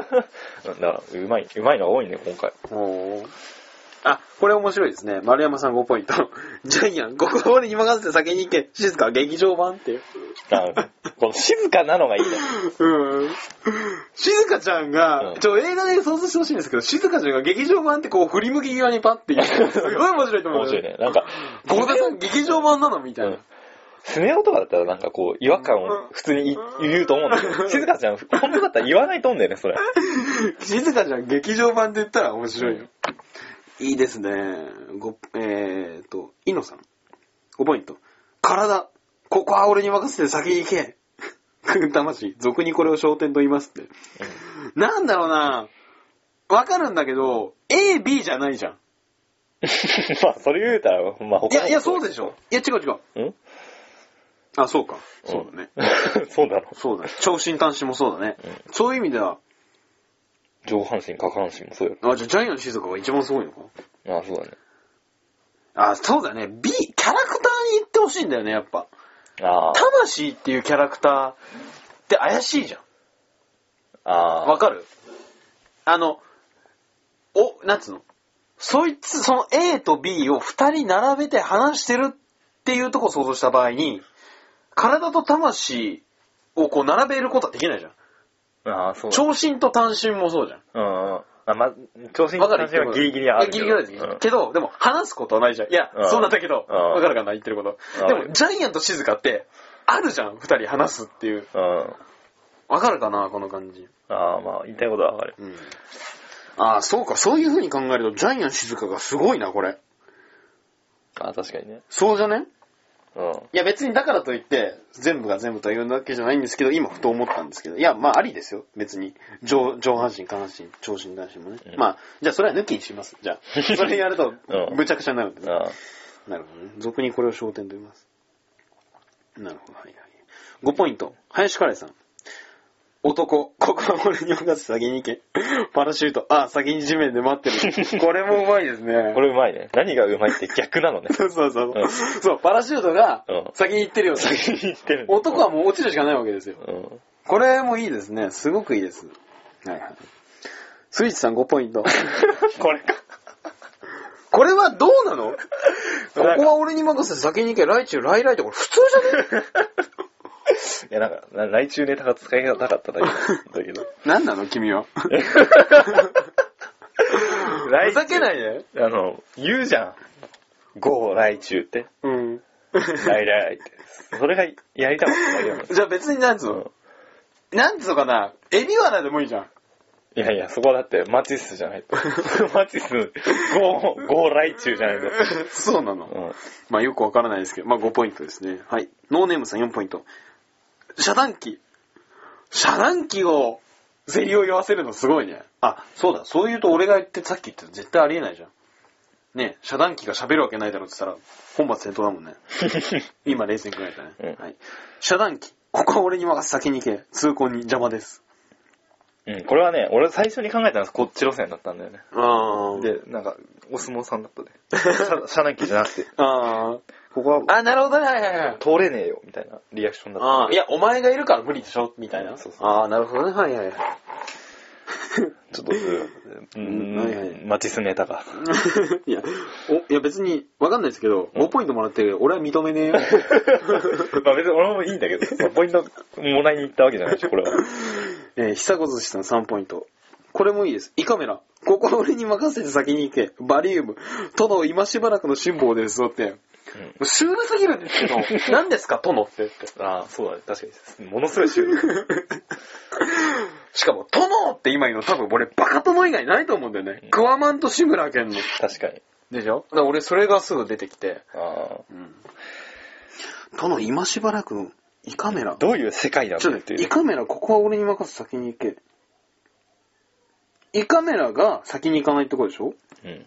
[SPEAKER 2] ら、うまい、うまいのが多いね、今回。
[SPEAKER 1] おーあ、これ面白いですね。丸山さん5ポイント。 ジャイアン、ここは俺に任せて先に行け。静か、劇場版っていう。
[SPEAKER 2] あこの静かなのがいいね。
[SPEAKER 1] うん。静香ちゃんが、
[SPEAKER 2] うん
[SPEAKER 1] ちょ、映画で想像してほしいんですけど、静香ちゃんが劇場版ってこう振り向き際 にパッて言う。すごい面白いと思う。
[SPEAKER 2] 面白いね。なんか、
[SPEAKER 1] ゴーダさん劇場版なのみたいな。
[SPEAKER 2] うんスネ夫とかだったらなんかこう、違和感を普通にい言うと思うんだけど、静香ちゃん、本当だったら言わないと思うんだよね、それ。
[SPEAKER 1] 静かじゃん、劇場版で言ったら面白いよ。いいですね。ご、えーと、イノさん。5ポイント。体、ここは俺に任せて先に行け。魂、俗にこれを焦点と言いますって。なんだろうなわかるんだけど、A、B じゃないじゃん。
[SPEAKER 2] まあ、それ言うたら、まあ、他の
[SPEAKER 1] いや、いや、そうでしょ。。いや、違う違う。
[SPEAKER 2] うん
[SPEAKER 1] あ、そうか。そうだね。。
[SPEAKER 2] ん そうだろ。
[SPEAKER 1] そうだね。超新端子もそうだね。
[SPEAKER 2] う
[SPEAKER 1] そういう意味では、
[SPEAKER 2] 上半身、下半身もそうや
[SPEAKER 1] あ、じゃあジャイアン静香が一番すごいのか
[SPEAKER 2] ろ。ああ、そうだね。
[SPEAKER 1] あ、そうだね。B、キャラクターに行ってほしいんだよね、やっぱ。
[SPEAKER 2] あ
[SPEAKER 1] 魂っていうキャラクターって怪しいじゃん。
[SPEAKER 2] あ。ああ。
[SPEAKER 1] わかるあの、お、なんつうのそいつ、その A と B を二人並べて話してるっていうとこを想像した場合に、体と魂をこう並べることはできないじゃん。
[SPEAKER 2] ああ、そうだ。
[SPEAKER 1] 長身と短身もそうじゃん。
[SPEAKER 2] うんうん。あ、ま、長身、
[SPEAKER 1] わ
[SPEAKER 2] 下
[SPEAKER 1] かる
[SPEAKER 2] 半身はギリギリあるけど。
[SPEAKER 1] いやギリギリあるけど、でも話すことはないじゃん。いや
[SPEAKER 2] う、ん
[SPEAKER 1] そうなんだけど、
[SPEAKER 2] うん
[SPEAKER 1] わかるかな言ってるこ
[SPEAKER 2] う
[SPEAKER 1] と。
[SPEAKER 2] ん
[SPEAKER 1] でも、ジャイアンと静香って、あるじゃん、二人話すっていう。
[SPEAKER 2] うん。うん
[SPEAKER 1] わかるかなこの感じ。
[SPEAKER 2] ああ、まあ、言いたいことはわかる。
[SPEAKER 1] うん。ああ、そうか、そういう風に考えると、ジャイアン静香がすごいな、これ。
[SPEAKER 2] ああ、確かにね。
[SPEAKER 1] そうじゃね
[SPEAKER 2] うん。
[SPEAKER 1] いや、別にだからといって、全部が全部というわけじゃないんですけど、今ふと思ったんですけど、いや、まあ、ありですよ、別に。上、上半身、下半身、長身、短身もね。
[SPEAKER 2] うん
[SPEAKER 1] まあ、じゃあ、それは抜きにします。じゃ あ、それやると、
[SPEAKER 2] うん
[SPEAKER 1] むちゃくちゃになるんでね。
[SPEAKER 2] あ
[SPEAKER 1] なるほどね。俗にこれを焦点と言います。なるほど、はいはい。5ポイント。林カレーさん。男、ここは俺に任せ先に行け。パラシュート、あ、先に地面で待って る。これもうまいですね。
[SPEAKER 2] あ。これうまいね。何がうまいって逆なの ね
[SPEAKER 1] そうそうそう。
[SPEAKER 2] うん
[SPEAKER 1] そう、パラシュートが
[SPEAKER 2] うん
[SPEAKER 1] 先に行ってるよ、うな
[SPEAKER 2] 先に言ってる。
[SPEAKER 1] 男はもう落ちるしかないわけですよ。
[SPEAKER 2] うん。
[SPEAKER 1] これもいいですね。すごくいいです。はいはい。スイッチさん5ポイント。
[SPEAKER 2] これか。
[SPEAKER 1] これはどうな のここは俺に任せて先に行け、ライチュー、ライライってこれ普通じゃね
[SPEAKER 2] いや、なんか、な来中ネタが使いなかった だけだけど。
[SPEAKER 1] 何なの君は。
[SPEAKER 2] 来
[SPEAKER 1] ふざけないで。
[SPEAKER 2] あの、言うじゃん。ゴー来中って。
[SPEAKER 1] うん。
[SPEAKER 2] 来来って。それがやりたかっただけなの。
[SPEAKER 1] じゃあ別になんつう
[SPEAKER 2] うん
[SPEAKER 1] の、なんつうのかな、エビワナでもいいじゃ ん。
[SPEAKER 2] いやいや、そこはだってマチスじゃないと。 マチス、ゴー、ゴー来中じゃないと。
[SPEAKER 1] そうなの。
[SPEAKER 2] うん。
[SPEAKER 1] まあよくわからないですけど、まあ5ポイントですね。はい。ノーネームさん4ポイント。遮断機。遮断機を、ゼリを言わせるのすごいね。あ、そうだ。そう言うと俺が言ってさっき言ってた絶対ありえないじゃん。ねえ遮断機が喋るわけないだろって言ったら、本末転倒だもんね。今冷静に考えたね。
[SPEAKER 2] うん
[SPEAKER 1] はい。遮断機。ここは俺に任せ先に行け。通行に邪魔です。
[SPEAKER 2] うん、 これはね、俺最初に考えたのはこっち路線だったんだよね。
[SPEAKER 1] あー。
[SPEAKER 2] で、なんか、お相撲さんだったね。 シャナキじゃなくて、
[SPEAKER 1] あ
[SPEAKER 2] ここは
[SPEAKER 1] あ。あ、なるほどね。はいはいはい。
[SPEAKER 2] 通れねえよ、みたいなリアクションだっ
[SPEAKER 1] ああ、いや、お前がいるから無理でしょみたいな。
[SPEAKER 2] そうそう
[SPEAKER 1] ああ、なるほどね。はいはいはい。
[SPEAKER 2] た。ちょっと、う
[SPEAKER 1] はいはい
[SPEAKER 2] ん、マチスネタが。
[SPEAKER 1] いや、お、いや別に、わかんないですけど、
[SPEAKER 2] うん
[SPEAKER 1] 5ポイントもらってるけど、俺は認め ねえよ。
[SPEAKER 2] まあ別に俺もいいんだけど、まあポイントもらいに行ったわけじゃないでしょ、これは。
[SPEAKER 1] えー、久子寿司さん3ポイント。これもいいです。胃カメラ。ここは俺に任せて先に行け。バリウム。殿、今しばらくの辛抱です。だって。シュールすぎるんですけど、 何ですか、殿って。
[SPEAKER 2] ああ、そうだね、確かに。ものすごいシュール。
[SPEAKER 1] しかも、殿って今言うの多分俺、バカ殿以外ないと思うんだよね。クワマンと志村けんの。
[SPEAKER 2] 確かに。
[SPEAKER 1] でしょだから俺、それがすぐ出てきて。
[SPEAKER 2] あ
[SPEAKER 1] 殿、今しばらくの胃カメラ
[SPEAKER 2] あ。。どういう世界な
[SPEAKER 1] ちょっ
[SPEAKER 2] の
[SPEAKER 1] と
[SPEAKER 2] って
[SPEAKER 1] 待
[SPEAKER 2] い
[SPEAKER 1] って、イ
[SPEAKER 2] う。
[SPEAKER 1] カメラ、ここは俺に任せ先に行け。イカメラが先に行かないとこでしょ
[SPEAKER 2] うん。い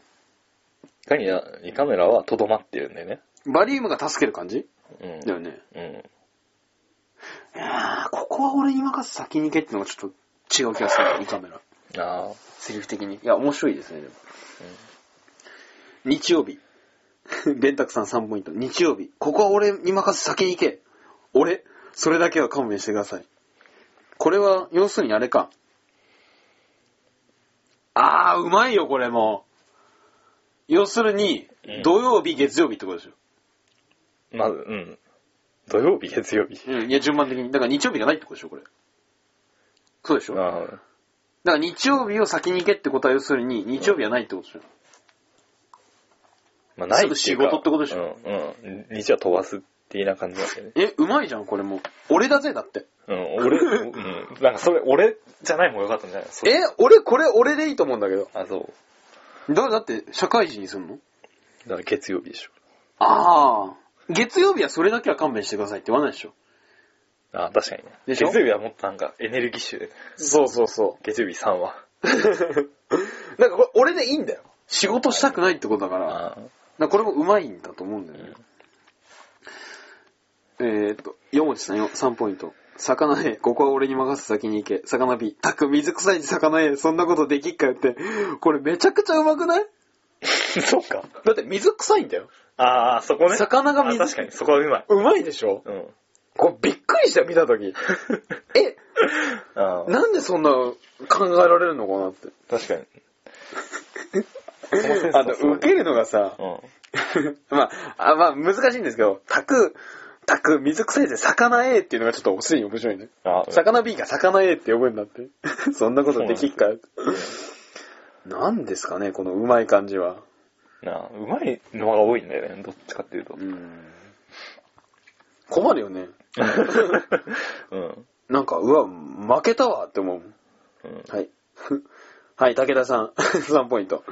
[SPEAKER 2] かにな、胃カメラはとどまってるんだよね。
[SPEAKER 1] バリウムが助ける感じ
[SPEAKER 2] うん。
[SPEAKER 1] だよね。
[SPEAKER 2] うん。
[SPEAKER 1] いやーここは俺に任せ先に行けってのがちょっと違う気がする、イカメラ。
[SPEAKER 2] ああ。
[SPEAKER 1] セリフ的に。いや、面白いですね、でも。日曜日。 電卓さん3ポイント。日曜日。ここは俺に任せ先に行け。俺、それだけは勘弁してください。これは、要するにあれか。あー、うまいよ、これも。要するに
[SPEAKER 2] うん、
[SPEAKER 1] 土曜日、月曜日ってことでしょ。
[SPEAKER 2] まず、うん。土曜日、月曜日。
[SPEAKER 1] うん、いや、順番的に。だから日曜日がないってことでしょ、これ。そうでしょ。だか
[SPEAKER 2] ああ。
[SPEAKER 1] ら日曜日を先に行けってことは、要するに、日曜日はないってことでしょ。
[SPEAKER 2] まあ、ない
[SPEAKER 1] すぐ仕事ってことでし
[SPEAKER 2] ょ。うん。うん。日は飛ばすっ的な感じだったよね。
[SPEAKER 1] え、うまいじゃん、これもう。俺だぜ、だって。
[SPEAKER 2] うん、俺、うん、なんかそれ、俺じゃない方が良かったんじゃないそう
[SPEAKER 1] え、俺、これ、俺でいいと思うんだけど。
[SPEAKER 2] あ、そう。
[SPEAKER 1] だ、だって、社会人にすんの
[SPEAKER 2] だから月曜日でしょ。
[SPEAKER 1] ああ。月曜日はそれだけは勘弁してくださいって言わないでしょ。
[SPEAKER 2] あ、確かにね。
[SPEAKER 1] で
[SPEAKER 2] 月
[SPEAKER 1] しょ
[SPEAKER 2] 曜日はもっとなんかエネルギッシュで、
[SPEAKER 1] そうそうそ
[SPEAKER 2] 月曜日3話。
[SPEAKER 1] う。 なんかこれ、俺でいいんだよ。仕事したくないってことだから。だか
[SPEAKER 2] あ
[SPEAKER 1] らこれもうまいんだと思うんだよね。えーっと、4文字さんよ、3ポイント。魚へ、ここは俺に任せ先に行け。魚 B、たく、水臭い魚へ、そんなことできっかよって。これめちゃくちゃうまくない
[SPEAKER 2] ー そうか。
[SPEAKER 1] だって水臭いんだよ。
[SPEAKER 2] ああ、そこね。
[SPEAKER 1] 魚が
[SPEAKER 2] あ
[SPEAKER 1] 水
[SPEAKER 2] 確かに、そこはうまい。
[SPEAKER 1] うまいでしょ
[SPEAKER 2] うん。
[SPEAKER 1] これびっくりしたよ、見たと き。え、
[SPEAKER 2] ああ、
[SPEAKER 1] なんでそんな考えられるのかなって。
[SPEAKER 2] 確かに。
[SPEAKER 1] あと、受けるのがさ、
[SPEAKER 2] うん。
[SPEAKER 1] まあ、あまあ、難しいんですけど、たく、たく、水臭いぜ、魚 A っていうのがちょっとすでに面白いね。
[SPEAKER 2] あ
[SPEAKER 1] 魚 B が魚 A って呼ぶんだ って。そんなことできっか。なんですかね、このうまい感じは。
[SPEAKER 2] なあ、うまいのが多いんだよね、どっちかっていうと
[SPEAKER 1] う。ん。困るよね。
[SPEAKER 2] うん。
[SPEAKER 1] なんか、うわ、負けたわって思うもん。
[SPEAKER 2] うん
[SPEAKER 1] はい。 はい、武田さん。3ポイン ト。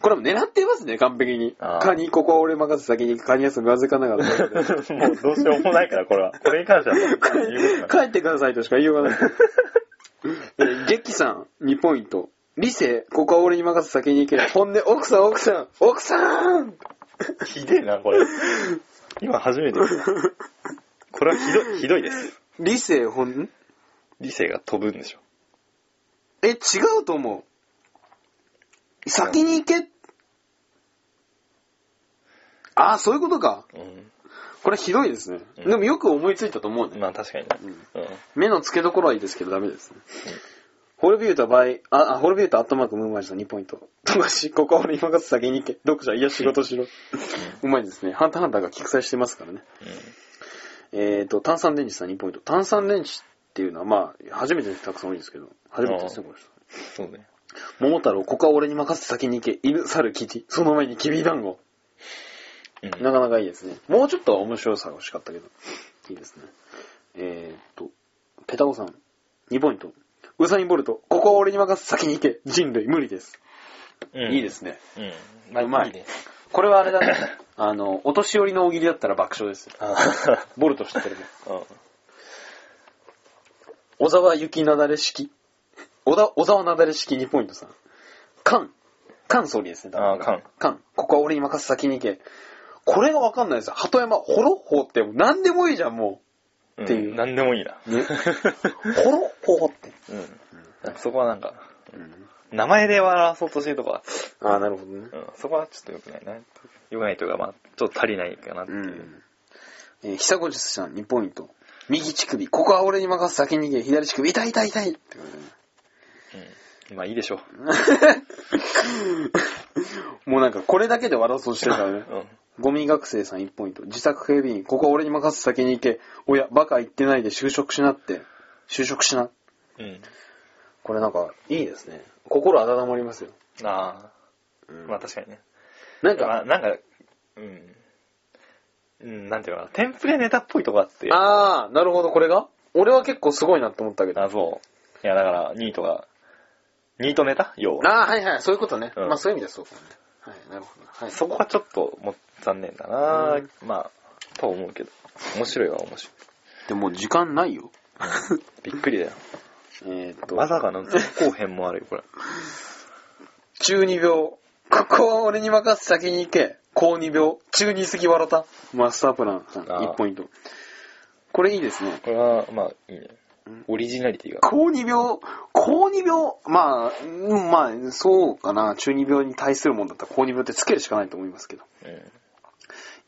[SPEAKER 1] これも狙ってますね、完璧に。
[SPEAKER 2] あー
[SPEAKER 1] カニ、ここは俺任せ先に、カニはすぐ預かなかった。
[SPEAKER 2] もうどうしようもないから、これは。これに関してはも
[SPEAKER 1] 帰
[SPEAKER 2] う言うことない。
[SPEAKER 1] 帰ってくださいとしか言いようがない。 えーゲキさん、2ポイント。理性、ここは俺に任せ先に行け。本音、奥さん、奥さん、奥さん
[SPEAKER 2] ひでえな、これ。今初めて聞いた。これはひどい、ひどいです。
[SPEAKER 1] 理性、本音
[SPEAKER 2] 理性が飛ぶんでしょ。
[SPEAKER 1] え、違うと思う。先に行け。ああ、そういうことか。
[SPEAKER 2] う
[SPEAKER 1] これひどいですね。
[SPEAKER 2] うん
[SPEAKER 1] でもよく思いついたと思うね
[SPEAKER 2] ん。。まあ確かにね。う
[SPEAKER 1] 目の付けどころはいいですけどダメですね。ホルビュータバイ、あ、あホルビュータアットマークムーンマイさん2ポイント。富樫、ここは俺今から先に行け。読者、いや仕事しろ。うまいですね。ハンターハンターが菊載してますからね。えっ、と、炭酸電池さん2ポイント。炭酸電池っていうのは、まあ、初めての人たくさん多いんですけど、初めてですね、この人。
[SPEAKER 2] ん。そうね。
[SPEAKER 1] 桃太郎、ここは俺に任せて先に行け。犬、猿、キチ。その前にきびだんご。
[SPEAKER 2] うん
[SPEAKER 1] なかなかいいですね。もうちょっとは面白さが欲しかったけど、いいですね。えー、っと、ペタゴさん、2ポイント。ウサイン・ボルト、ここは俺に任せ先に行け。人類無理です。
[SPEAKER 2] うん
[SPEAKER 1] いいで。すね。
[SPEAKER 2] うん。
[SPEAKER 1] うまい
[SPEAKER 2] ね。
[SPEAKER 1] これはあれだね。あの、お年寄りの大喜利だったら爆笑ですよ。
[SPEAKER 2] あ
[SPEAKER 1] ボルト知ってるね。
[SPEAKER 2] あ。うん。
[SPEAKER 1] 小沢雪なだれ式。小田小沢なだれ式2ポイントさん。カン。カン総理ですね。
[SPEAKER 2] あーカン。
[SPEAKER 1] カン。ここは俺に任せ先に行け。これがわかんないですよ。鳩山、ホロッホーって、何でもいいじゃん、も
[SPEAKER 2] うん
[SPEAKER 1] っていう
[SPEAKER 2] なんでもいいな。
[SPEAKER 1] う。ね。ホロッホーって。
[SPEAKER 2] うん。なんかそこはなんか、名前で笑わそうとしてるとか、
[SPEAKER 1] ああ、なるほどね。
[SPEAKER 2] うん、そこはちょっと良くないな。良くないというか、まあ、ちょっと足りないかなって
[SPEAKER 1] う
[SPEAKER 2] いう。
[SPEAKER 1] ん。えー、久子術さん2ポイント。右乳首、ここは俺に任せ先に逃げ、左乳首、痛い痛い痛いってことでね
[SPEAKER 2] うんまあいいでしょう。
[SPEAKER 1] もうなんかこれだけで笑おうとしてるからね。
[SPEAKER 2] うん。
[SPEAKER 1] ゴミ学生さん1ポイント。自作警備員、ここは俺に任せ先に行け。おや、バカ言ってないで就職しなって。就職しな。
[SPEAKER 2] うん。
[SPEAKER 1] これなんか、いいですね。心温まりますよ。
[SPEAKER 2] あ
[SPEAKER 1] う
[SPEAKER 2] あ、
[SPEAKER 1] ん
[SPEAKER 2] まあ確かにね。
[SPEAKER 1] なん
[SPEAKER 2] ま
[SPEAKER 1] か、
[SPEAKER 2] あなんか、うん。うん、なんていうのかな、テンプレネタっぽいとこあって。
[SPEAKER 1] ああ、なるほど、これが俺は結構すごいなと思ったけど。あ
[SPEAKER 2] あ、そう。いや、だから、ニートが、ニートネタ要は。
[SPEAKER 1] あー、はいはい、そういうことね。
[SPEAKER 2] うん
[SPEAKER 1] まあそういう意味ではそうかもね。はい、なるほど。はい。
[SPEAKER 2] そこはちょっと、もう、残念だな、
[SPEAKER 1] うん
[SPEAKER 2] まあ、とは思うけど。面白いは面白い。
[SPEAKER 1] でもう時間ないよ。
[SPEAKER 2] びっくりだよ。
[SPEAKER 1] えーっと、
[SPEAKER 2] まさかの前後編もあるよ、これ。
[SPEAKER 1] 中二病。ここは俺に任せ先に行け。高二病。中二過ぎ笑った。マスタープランさん、
[SPEAKER 2] あー
[SPEAKER 1] 1ポイント。これいいですね。
[SPEAKER 2] これは、まあ、いいね
[SPEAKER 1] ん。
[SPEAKER 2] オリジナリティが。
[SPEAKER 1] 高二病、高二病、まあ、うんまあ、そうかな。中二病に対するもんだったら高二病ってつけるしかないと思いますけど。
[SPEAKER 2] うん。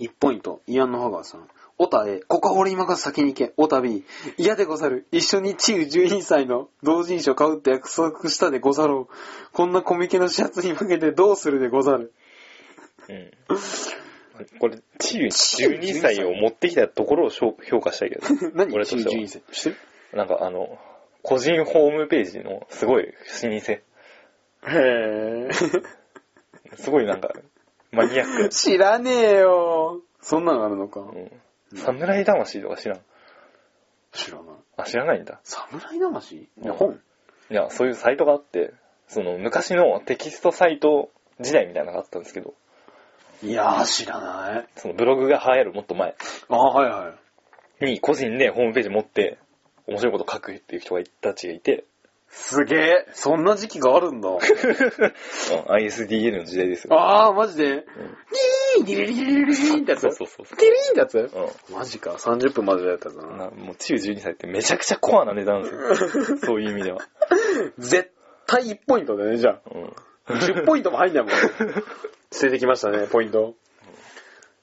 [SPEAKER 1] 1ポイント、イアン・ノハガーさん。オタへ、ここは俺に任せ先に行け。オタ B、嫌でござる。一緒にチウ12歳の同人誌を買うって約束したでござろう。こんなコミケの始発に向けてどうするでござる。。
[SPEAKER 2] うん。これ、チー12歳を持ってきたところを評評価したいけど
[SPEAKER 1] 何
[SPEAKER 2] 俺と
[SPEAKER 1] チウ
[SPEAKER 2] して
[SPEAKER 1] 12
[SPEAKER 2] は。
[SPEAKER 1] 歳してる
[SPEAKER 2] なんかあの、個人ホームページのすごい老舗。
[SPEAKER 1] へー。
[SPEAKER 2] すごいなんか、マニアック。
[SPEAKER 1] 知らねえよ。そんなのあるのか。
[SPEAKER 2] うん侍魂とか知らん。
[SPEAKER 1] 知らない。
[SPEAKER 2] あ、知らないんだ。
[SPEAKER 1] 侍魂いや
[SPEAKER 2] うん
[SPEAKER 1] 本
[SPEAKER 2] いや、そういうサイトがあって、その昔のテキストサイト時代みたいなのがあったんですけど、
[SPEAKER 1] いやー、知らない。
[SPEAKER 2] そのブログが流行るもっと前
[SPEAKER 1] あーはいはい。
[SPEAKER 2] に個人でホームページ持って面白いこと書くっていう人がいたちがいて、
[SPEAKER 1] すげえ。そんな時期があるんだ。
[SPEAKER 2] うん ISDN の時代ですよ。
[SPEAKER 1] あー、マジで。ギーンギリリリリリリーンってやつ
[SPEAKER 2] そ
[SPEAKER 1] ギ
[SPEAKER 2] う
[SPEAKER 1] リ
[SPEAKER 2] そうそうそ
[SPEAKER 1] ーン
[SPEAKER 2] う。
[SPEAKER 1] ってやつ
[SPEAKER 2] う
[SPEAKER 1] マジか。30分までだったやつだ
[SPEAKER 2] ん、
[SPEAKER 1] な。
[SPEAKER 2] なもう中12歳ってめちゃくちゃコアな値 段ですよ。そういう意味では。
[SPEAKER 1] 絶対1ポイントだね、じゃ
[SPEAKER 2] うん、
[SPEAKER 1] あ。10ポイントも入んないもん。ついてきましたね、ポイント。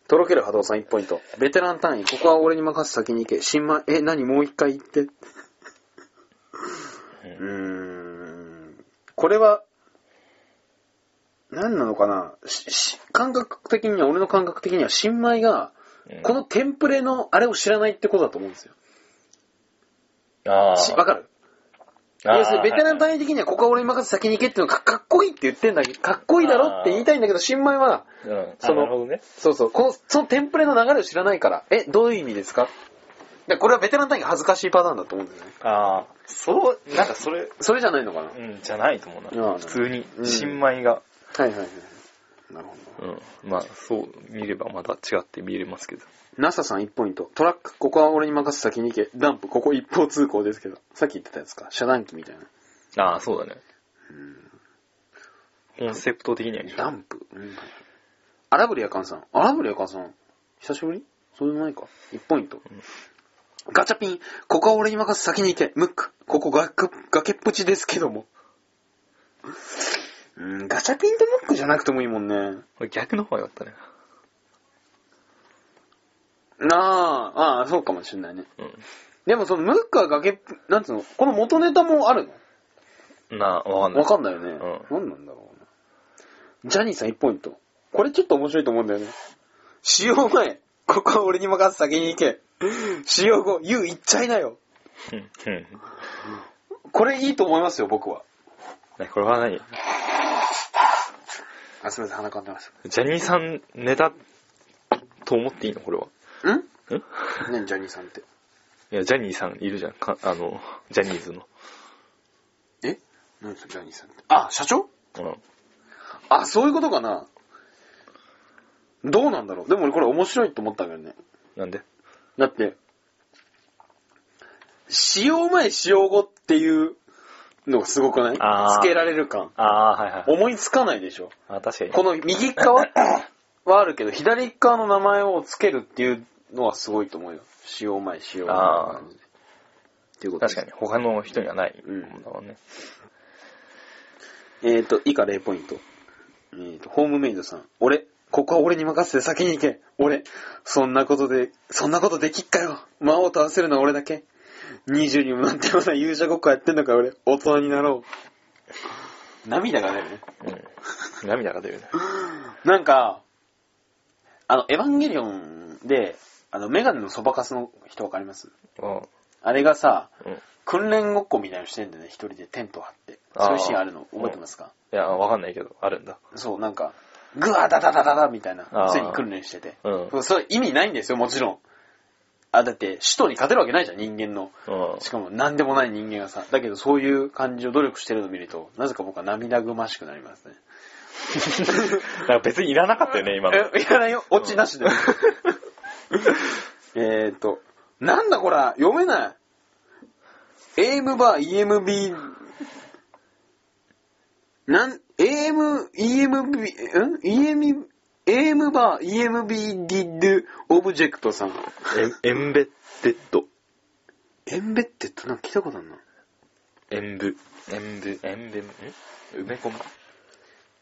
[SPEAKER 1] とろける波動さん1ポイント。ベテラン単位、ここは俺に任せ先に行け。新米、え、何もう一回言って。うーん。これは、何なのかなしし感覚的には、俺の感覚的には、新米が、
[SPEAKER 2] うん
[SPEAKER 1] このテンプレのあれを知らないってことだと思うんですよ。
[SPEAKER 2] あ
[SPEAKER 1] しわかる
[SPEAKER 2] あー
[SPEAKER 1] 要するにベテラン単位的にはここは俺に任せ先に行けっていうのがかっこいいって言ってんだけど、かっこいいだろって言いたいんだけど、新米は、
[SPEAKER 2] うん、
[SPEAKER 1] そ
[SPEAKER 2] そ
[SPEAKER 1] の
[SPEAKER 2] のなるほどね。
[SPEAKER 1] そうそう、この、そのテンプレの流れを知らないから、え、どういう意味ですかでこれはベテラン単位が恥ずかしいパターンだと思うんだよね。
[SPEAKER 2] ああ、そう、なんかそれ、
[SPEAKER 1] それじゃないのかなは
[SPEAKER 2] うん、じゃないと思う
[SPEAKER 1] あ
[SPEAKER 2] な。
[SPEAKER 1] あ
[SPEAKER 2] 普通に
[SPEAKER 1] う、ん
[SPEAKER 2] 新米が、
[SPEAKER 1] いはいはい。なるほど。
[SPEAKER 2] うん、まあ、そう見ればまた違って見れますけど。
[SPEAKER 1] NASA さん1ポイント。トラック、ここは俺に任せ先に行け。ダンプ、ここ一方通行ですけど。さっき言ってたやつか。遮断機みたいな。
[SPEAKER 2] ああ、そうだね。コンセプト的には一緒
[SPEAKER 1] ダンプ。うん。アラブリアカンさん。アラブリアカンさん。久しぶりそうでもないか。1ポイント。ガチャピン。ここは俺に任せ先に行け。ムック。ここがく崖っぷちですけども。うん、ガチャピンとムックじゃなくてもいいもんね。
[SPEAKER 2] これ逆の方が良かったね。
[SPEAKER 1] なあ、ああ、そうかもしんないね。
[SPEAKER 2] う
[SPEAKER 1] でもそのムックは崖っぷ、なんつうの、この元ネタもある
[SPEAKER 2] ん。なあ、わかん
[SPEAKER 1] の
[SPEAKER 2] ない。
[SPEAKER 1] わかんないよね。
[SPEAKER 2] う
[SPEAKER 1] なんなんだろうな。ジャニーさん1ポイント。これちょっと面白いと思うんだよね。使用前、ここは俺に任せ先に行け。使用後、言う言っちゃいなよ。
[SPEAKER 2] うんうん。
[SPEAKER 1] これいいと思いますよ、僕は。
[SPEAKER 2] ねこれは何
[SPEAKER 1] あ、すみません、鼻かんでまし
[SPEAKER 2] ジャニーさんネタと思っていいのこれは。
[SPEAKER 1] た。ん
[SPEAKER 2] んい
[SPEAKER 1] 何、ジャニーさんって。
[SPEAKER 2] や、ジャニーさんいるじゃん。かあの、ジャニーズの。
[SPEAKER 1] え何ですか、ジャニーさんって。あ、社長
[SPEAKER 2] うん。
[SPEAKER 1] あ、そういうことかな。どうなんだろう。でも俺これ面白いと思ったけどね。
[SPEAKER 2] なんで
[SPEAKER 1] だって、使用前、使用後っていうのがすごくない
[SPEAKER 2] あー
[SPEAKER 1] つけられる感。
[SPEAKER 2] ああ、はいはい。
[SPEAKER 1] 思いつかないでしょ。
[SPEAKER 2] あ確かに。
[SPEAKER 1] この右 側はあるけど、左側の名前をつけるっていうのはすごいと思うよ。使用前、使用後の感じで。っていうことで
[SPEAKER 2] 確
[SPEAKER 1] す
[SPEAKER 2] かに。他の人にはない
[SPEAKER 1] うん
[SPEAKER 2] もんだもんね。
[SPEAKER 1] えーと、以下0ポイント。えーと、ホームメイドさん。俺、ここは俺に任せて先に行け。俺、そんなことで、そんなことできっかよ。魔王と合わせるのは俺だけ。20にもなってまだ勇者ごっこやってんのか俺。大人になろう。涙が出るね。
[SPEAKER 2] うん。涙が出るね。
[SPEAKER 1] なんか、あの、エヴァンゲリオンで、あの、メガネのそばかすの人わかります
[SPEAKER 2] うん。
[SPEAKER 1] あれがさ、
[SPEAKER 2] うん。い
[SPEAKER 1] 訓練ごっこみたいなのしてんだよね、一人でテント張って。
[SPEAKER 2] あー
[SPEAKER 1] そういうシーンあるの覚えてますか、
[SPEAKER 2] や、わかんないけど、あるんだ。
[SPEAKER 1] そう、なんか、グワダダダダダみたいな
[SPEAKER 2] あ、ー
[SPEAKER 1] 常に訓練してて。
[SPEAKER 2] うん。
[SPEAKER 1] そう、それ意味ないんですよ、もちろん。あ、だって、死とに勝てるわけないじゃん、人間の。
[SPEAKER 2] うん。
[SPEAKER 1] しかも、何でもない人間がさ。だけど、そういう感じを努力してるのを見ると、なぜか僕は涙ぐましくなりますね。
[SPEAKER 2] なんか別にいらなかったよね、今の。
[SPEAKER 1] え、いらないよ、オチなしで。 えーっと、なんだこら、読めない。AM バー、EMB、なん、AM、EMB、ん ?EM、AM バー、EMB ディッドオブジェクトさん。
[SPEAKER 2] エンベッデッド。
[SPEAKER 1] エンベッテってなんか聞いたことあるな。
[SPEAKER 2] エンブ。エンブ。エンベ、ん埋め込む。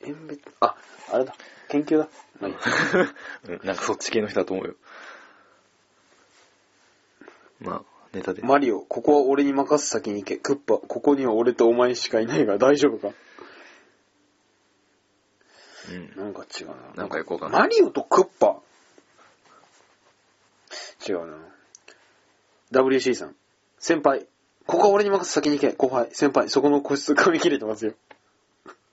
[SPEAKER 1] エンベッテ、あ、あれだ。研究だ。まあいいや
[SPEAKER 2] うんなんかそっち系の人だと思うよ。まあ、ネタで。
[SPEAKER 1] マリオ、ここは俺に任す先に行け。クッパ、ここには俺とお前しかいないが大丈夫か
[SPEAKER 2] うん。
[SPEAKER 1] なんか違うな。
[SPEAKER 2] なんか行こうかな。
[SPEAKER 1] マリオとクッパ。違うな。WC さん。先輩。ここは俺に任せ先に行け。後輩。先輩。そこの個室髪切れてますよ。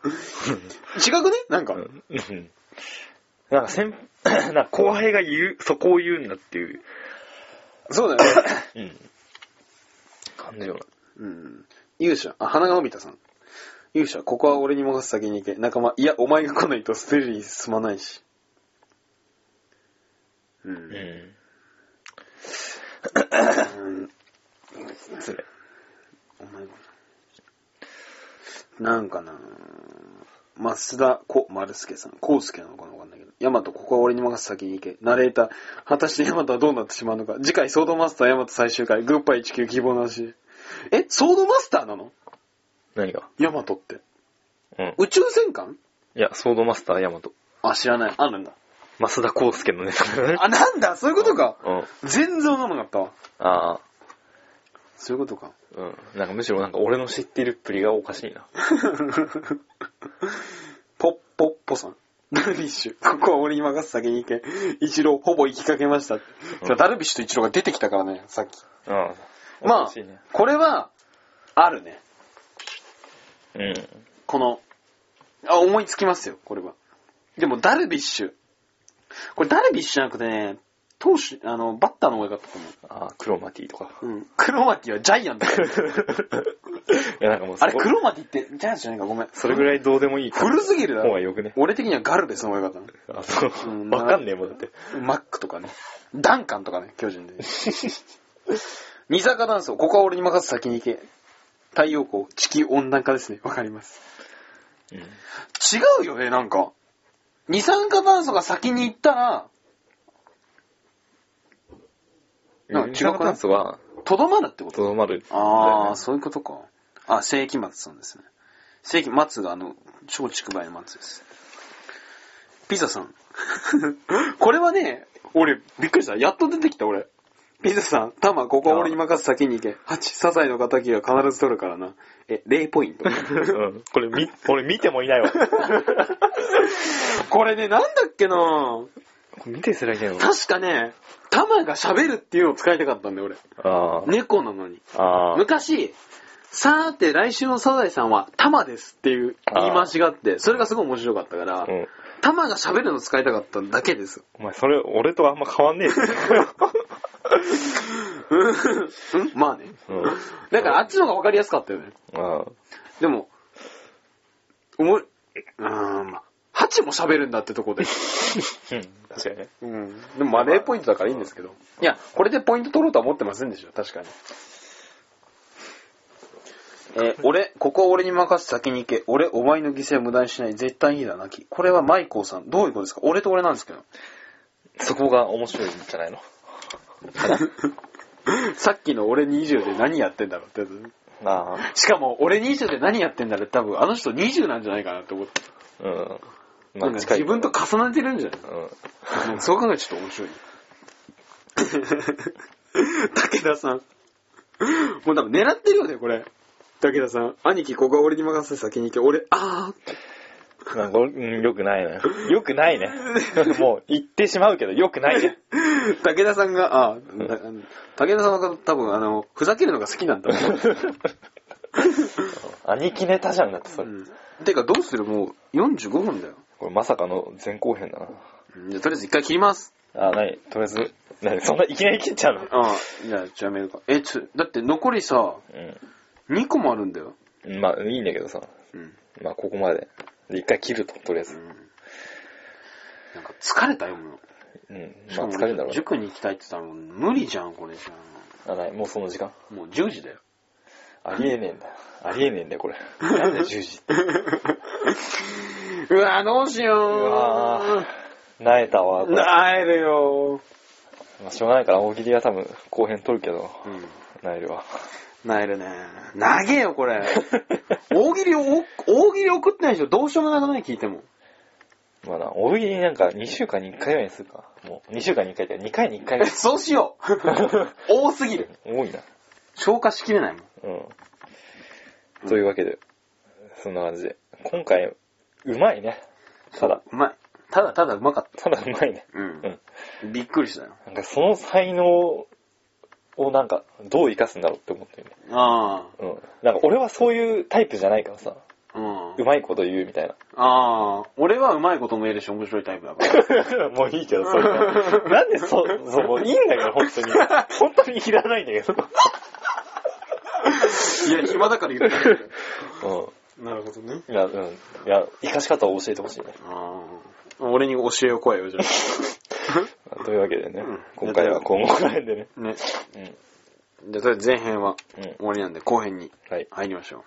[SPEAKER 1] 違くねなんか。
[SPEAKER 2] うん うんなんか先、なんか後輩が言う、そこを言うんだっていう
[SPEAKER 1] そうだよね。
[SPEAKER 2] うん。感じるよな。
[SPEAKER 1] うん。勇者、あ、花が帯田さん。勇者、ここは俺に任せ先に行け。仲間、いや、お前が来ないと捨てるに進まないし。うん。
[SPEAKER 2] うん。
[SPEAKER 1] うん
[SPEAKER 2] つれ。
[SPEAKER 1] お前なんかな増田小丸助さん。康介なのかなわかんないけど。ヤマト、ここは俺に任せ先に行け。ナレーター、果たしてヤマトはどうなってしまうのか。次回、ソードマスターヤマト最終回、グッバイ地球希望なし。え、ソードマスターなの
[SPEAKER 2] 何が
[SPEAKER 1] ヤマトって。
[SPEAKER 2] うん。
[SPEAKER 1] 宇宙戦艦
[SPEAKER 2] いや、ソードマスターヤマト。
[SPEAKER 1] あ、知らない。あるんだ。
[SPEAKER 2] 増田康介のネタだね。
[SPEAKER 1] あ、なんだそういうことか
[SPEAKER 2] うん。
[SPEAKER 1] 全然わかんなかったわ。
[SPEAKER 2] ああ。
[SPEAKER 1] そういうことか。
[SPEAKER 2] うん。なんかむしろなんか俺の知ってるっぷりがおかしいな。
[SPEAKER 1] ポッポッポさん。ダルビッシュ。ここは俺に任せ先に行け。一郎、ほぼ行きかけました。今日ダルビッシュと一郎が出てきたからね、さっき。
[SPEAKER 2] うん。お
[SPEAKER 1] ま
[SPEAKER 2] か
[SPEAKER 1] あ
[SPEAKER 2] しいね。、
[SPEAKER 1] これは、あるね。
[SPEAKER 2] うん。
[SPEAKER 1] この、あ、思いつきますよ、これは。でも、ダルビッシュ。これ、ダルビッシュじゃなくてね、投手、あの、バッターの方が良かったと思
[SPEAKER 2] ああ、クロマティとか。
[SPEAKER 1] う。うん。クロマティはジャイアント。
[SPEAKER 2] いや、なんか もうそ
[SPEAKER 1] あれ、クロマティってジャイアントじゃないか、ごめん。
[SPEAKER 2] それぐらいどうでもいい
[SPEAKER 1] 古すぎるだ
[SPEAKER 2] 方が
[SPEAKER 1] ろ。
[SPEAKER 2] よくね。
[SPEAKER 1] 俺的にはガルベスの方が良かったな。
[SPEAKER 2] あ、そうう。
[SPEAKER 1] ん
[SPEAKER 2] わかんねえもんだって。
[SPEAKER 1] マックとかね。ダンカンとかね、巨 人で。三坂断層、ここは俺に任せ先に行け。太陽光、地球温暖化ですね。わかります。
[SPEAKER 2] うん。
[SPEAKER 1] 違うよね、なんか。二酸化炭素が先に行ったら、なんか違くない
[SPEAKER 2] 炭素は、
[SPEAKER 1] とどまるってこと
[SPEAKER 2] とどまる。
[SPEAKER 1] ああ、そういうことか。あ、世紀末さんですね。世紀末があの、超竹梅の末です。ピザさん。 これはね、俺、びっくりした。やっと出てきた、俺。ピザさん、タマ、ここは俺に任せ先に行け。8、サザエの敵は必ず取るからな。え、0ポイント。
[SPEAKER 2] うん。これ、み、俺見てもいないわ。
[SPEAKER 1] これね、なんだっけな
[SPEAKER 2] 見てすらいないの
[SPEAKER 1] 確かね、タマが喋るっていうのを使いたかったんだよ、俺。
[SPEAKER 2] ああ。
[SPEAKER 1] 猫なのに。
[SPEAKER 2] ああ。
[SPEAKER 1] 昔、さーて来週のサザエさんは、タマですっていう言い回しがあって、それがすごい面白かったから
[SPEAKER 2] う、ん。
[SPEAKER 1] タマが喋るの使いたかっただけ です。
[SPEAKER 2] お前、それ、俺とあんま変わんねえ。
[SPEAKER 1] うんまあね。
[SPEAKER 2] うん。
[SPEAKER 1] だからあっちの方が分かりやすかったよね。
[SPEAKER 2] あ
[SPEAKER 1] でも、おも、うーん、まあ、ハチも喋るんだってとこ で。
[SPEAKER 2] うん。確かにね。
[SPEAKER 1] うん。でもまあ0ポイントだからいいんですけど。いや、これでポイント取ろうとは思ってませんでしょ、確かに。えー俺、ここは俺に任せ先に行け。俺、お前の犠牲無駄にしない。絶対にいいだなき。これはマイコーさん。どういうことですか俺と俺なんですけ ど。
[SPEAKER 2] そこが面白いんじゃないの
[SPEAKER 1] さっきの俺20で何やってんだろうってやつ。
[SPEAKER 2] ああ。
[SPEAKER 1] しかも、俺20で何やってんだろうって多分、あの人20なんじゃないかなって思って。
[SPEAKER 2] うん。
[SPEAKER 1] なんか自分と重ねてるんじゃない
[SPEAKER 2] うん。
[SPEAKER 1] うんそう考えるとちょっと面白い。 武田さん。もう多分狙ってるよね、これ。武田さん。兄貴、ここは俺に任せて先に行け。俺、あーって。
[SPEAKER 2] なんか、うんよくないね。よくない ね。もう、言ってしまうけど、よくないね。
[SPEAKER 1] 武田さんが、あーだ武田さんが多分、あの、ふざけるのが好きなんだろう。
[SPEAKER 2] 兄貴ネタじゃんだって、それ。
[SPEAKER 1] うん、てか、どうするもう45分だよ。
[SPEAKER 2] これまさかの前後編だな。
[SPEAKER 1] うんじゃあ、とりあえず一回切ります。
[SPEAKER 2] あ、なに、とりあえず、なに、そんないきなり切っちゃうの
[SPEAKER 1] あーじゃあ、じゃあやめるか。え、ちょ、だって残りさ、2個もあるんだよ。
[SPEAKER 2] うん。まあ、いいんだけどさ。
[SPEAKER 1] うん。
[SPEAKER 2] まあ、ここまで。で、一回切ると、とりあ
[SPEAKER 1] う
[SPEAKER 2] えず。
[SPEAKER 1] ん。なんか疲れたよ、もう。
[SPEAKER 2] うん。
[SPEAKER 1] し
[SPEAKER 2] ま
[SPEAKER 1] か
[SPEAKER 2] あ、
[SPEAKER 1] も
[SPEAKER 2] 疲れるんだろうね。
[SPEAKER 1] 塾に行きたいって言ったらもう無理じゃん、これじゃ
[SPEAKER 2] あ、なに、もうその時間
[SPEAKER 1] ん。もう10時だよ。
[SPEAKER 2] ありえねえんだ。ありえねえんだよ、こ れ。なんだよ、10時って。
[SPEAKER 1] うわどうし
[SPEAKER 2] うわ
[SPEAKER 1] よ
[SPEAKER 2] ぁ。なえたわ、
[SPEAKER 1] う。
[SPEAKER 2] これ。
[SPEAKER 1] なえるよ。
[SPEAKER 2] まあ、しょうがないから、大喜利は多分、後編取るけど、
[SPEAKER 1] うん。
[SPEAKER 2] なえるわ。
[SPEAKER 1] なえるね。長えよ、こ れ。大喜利を、大喜利送ってないでしょ。どうしようもなくない、聞いても。
[SPEAKER 2] まあな、大喜利なんか2週間に1回ぐらいにするか。もう、2週間に1回って、2回に1回ぐら い。
[SPEAKER 1] そうしよう。多すぎる。
[SPEAKER 2] 多いな。
[SPEAKER 1] 消化しきれないもん。
[SPEAKER 2] うん。というわけで、そんな感じで。今回、うまいね。ただ、
[SPEAKER 1] うまい。ただただうまかった
[SPEAKER 2] だうまいね。。
[SPEAKER 1] うん。びっくりしたよ。
[SPEAKER 2] なんかその才能をなんかどう活かすんだろうって思ってるね。
[SPEAKER 1] あ
[SPEAKER 2] うん。なんか俺はそういうタイプじゃないからさ。
[SPEAKER 1] あ。うん。あ
[SPEAKER 2] うまいこと言うみたいな。
[SPEAKER 1] ああ、俺はうまいことも言えるし面白いタイプだ から。
[SPEAKER 2] もういいけど、それ は。なんでそ、そう、もういいんだけど、本当に。本当にいらないんだけど。
[SPEAKER 1] いや、暇だから言ってる。
[SPEAKER 2] うん。
[SPEAKER 1] なるほどね。
[SPEAKER 2] いや、うん。いや、生かし方を教えてほしいね。
[SPEAKER 1] ああ。俺に教えを来いよ、じゃ
[SPEAKER 2] というわけでね
[SPEAKER 1] うん、
[SPEAKER 2] 今回は今後ら辺でね。
[SPEAKER 1] あ。ね。
[SPEAKER 2] うん。
[SPEAKER 1] じゃあ、とりあえず前編は
[SPEAKER 2] うん
[SPEAKER 1] 終わりなんで、後編に
[SPEAKER 2] はい。
[SPEAKER 1] 入りましょう。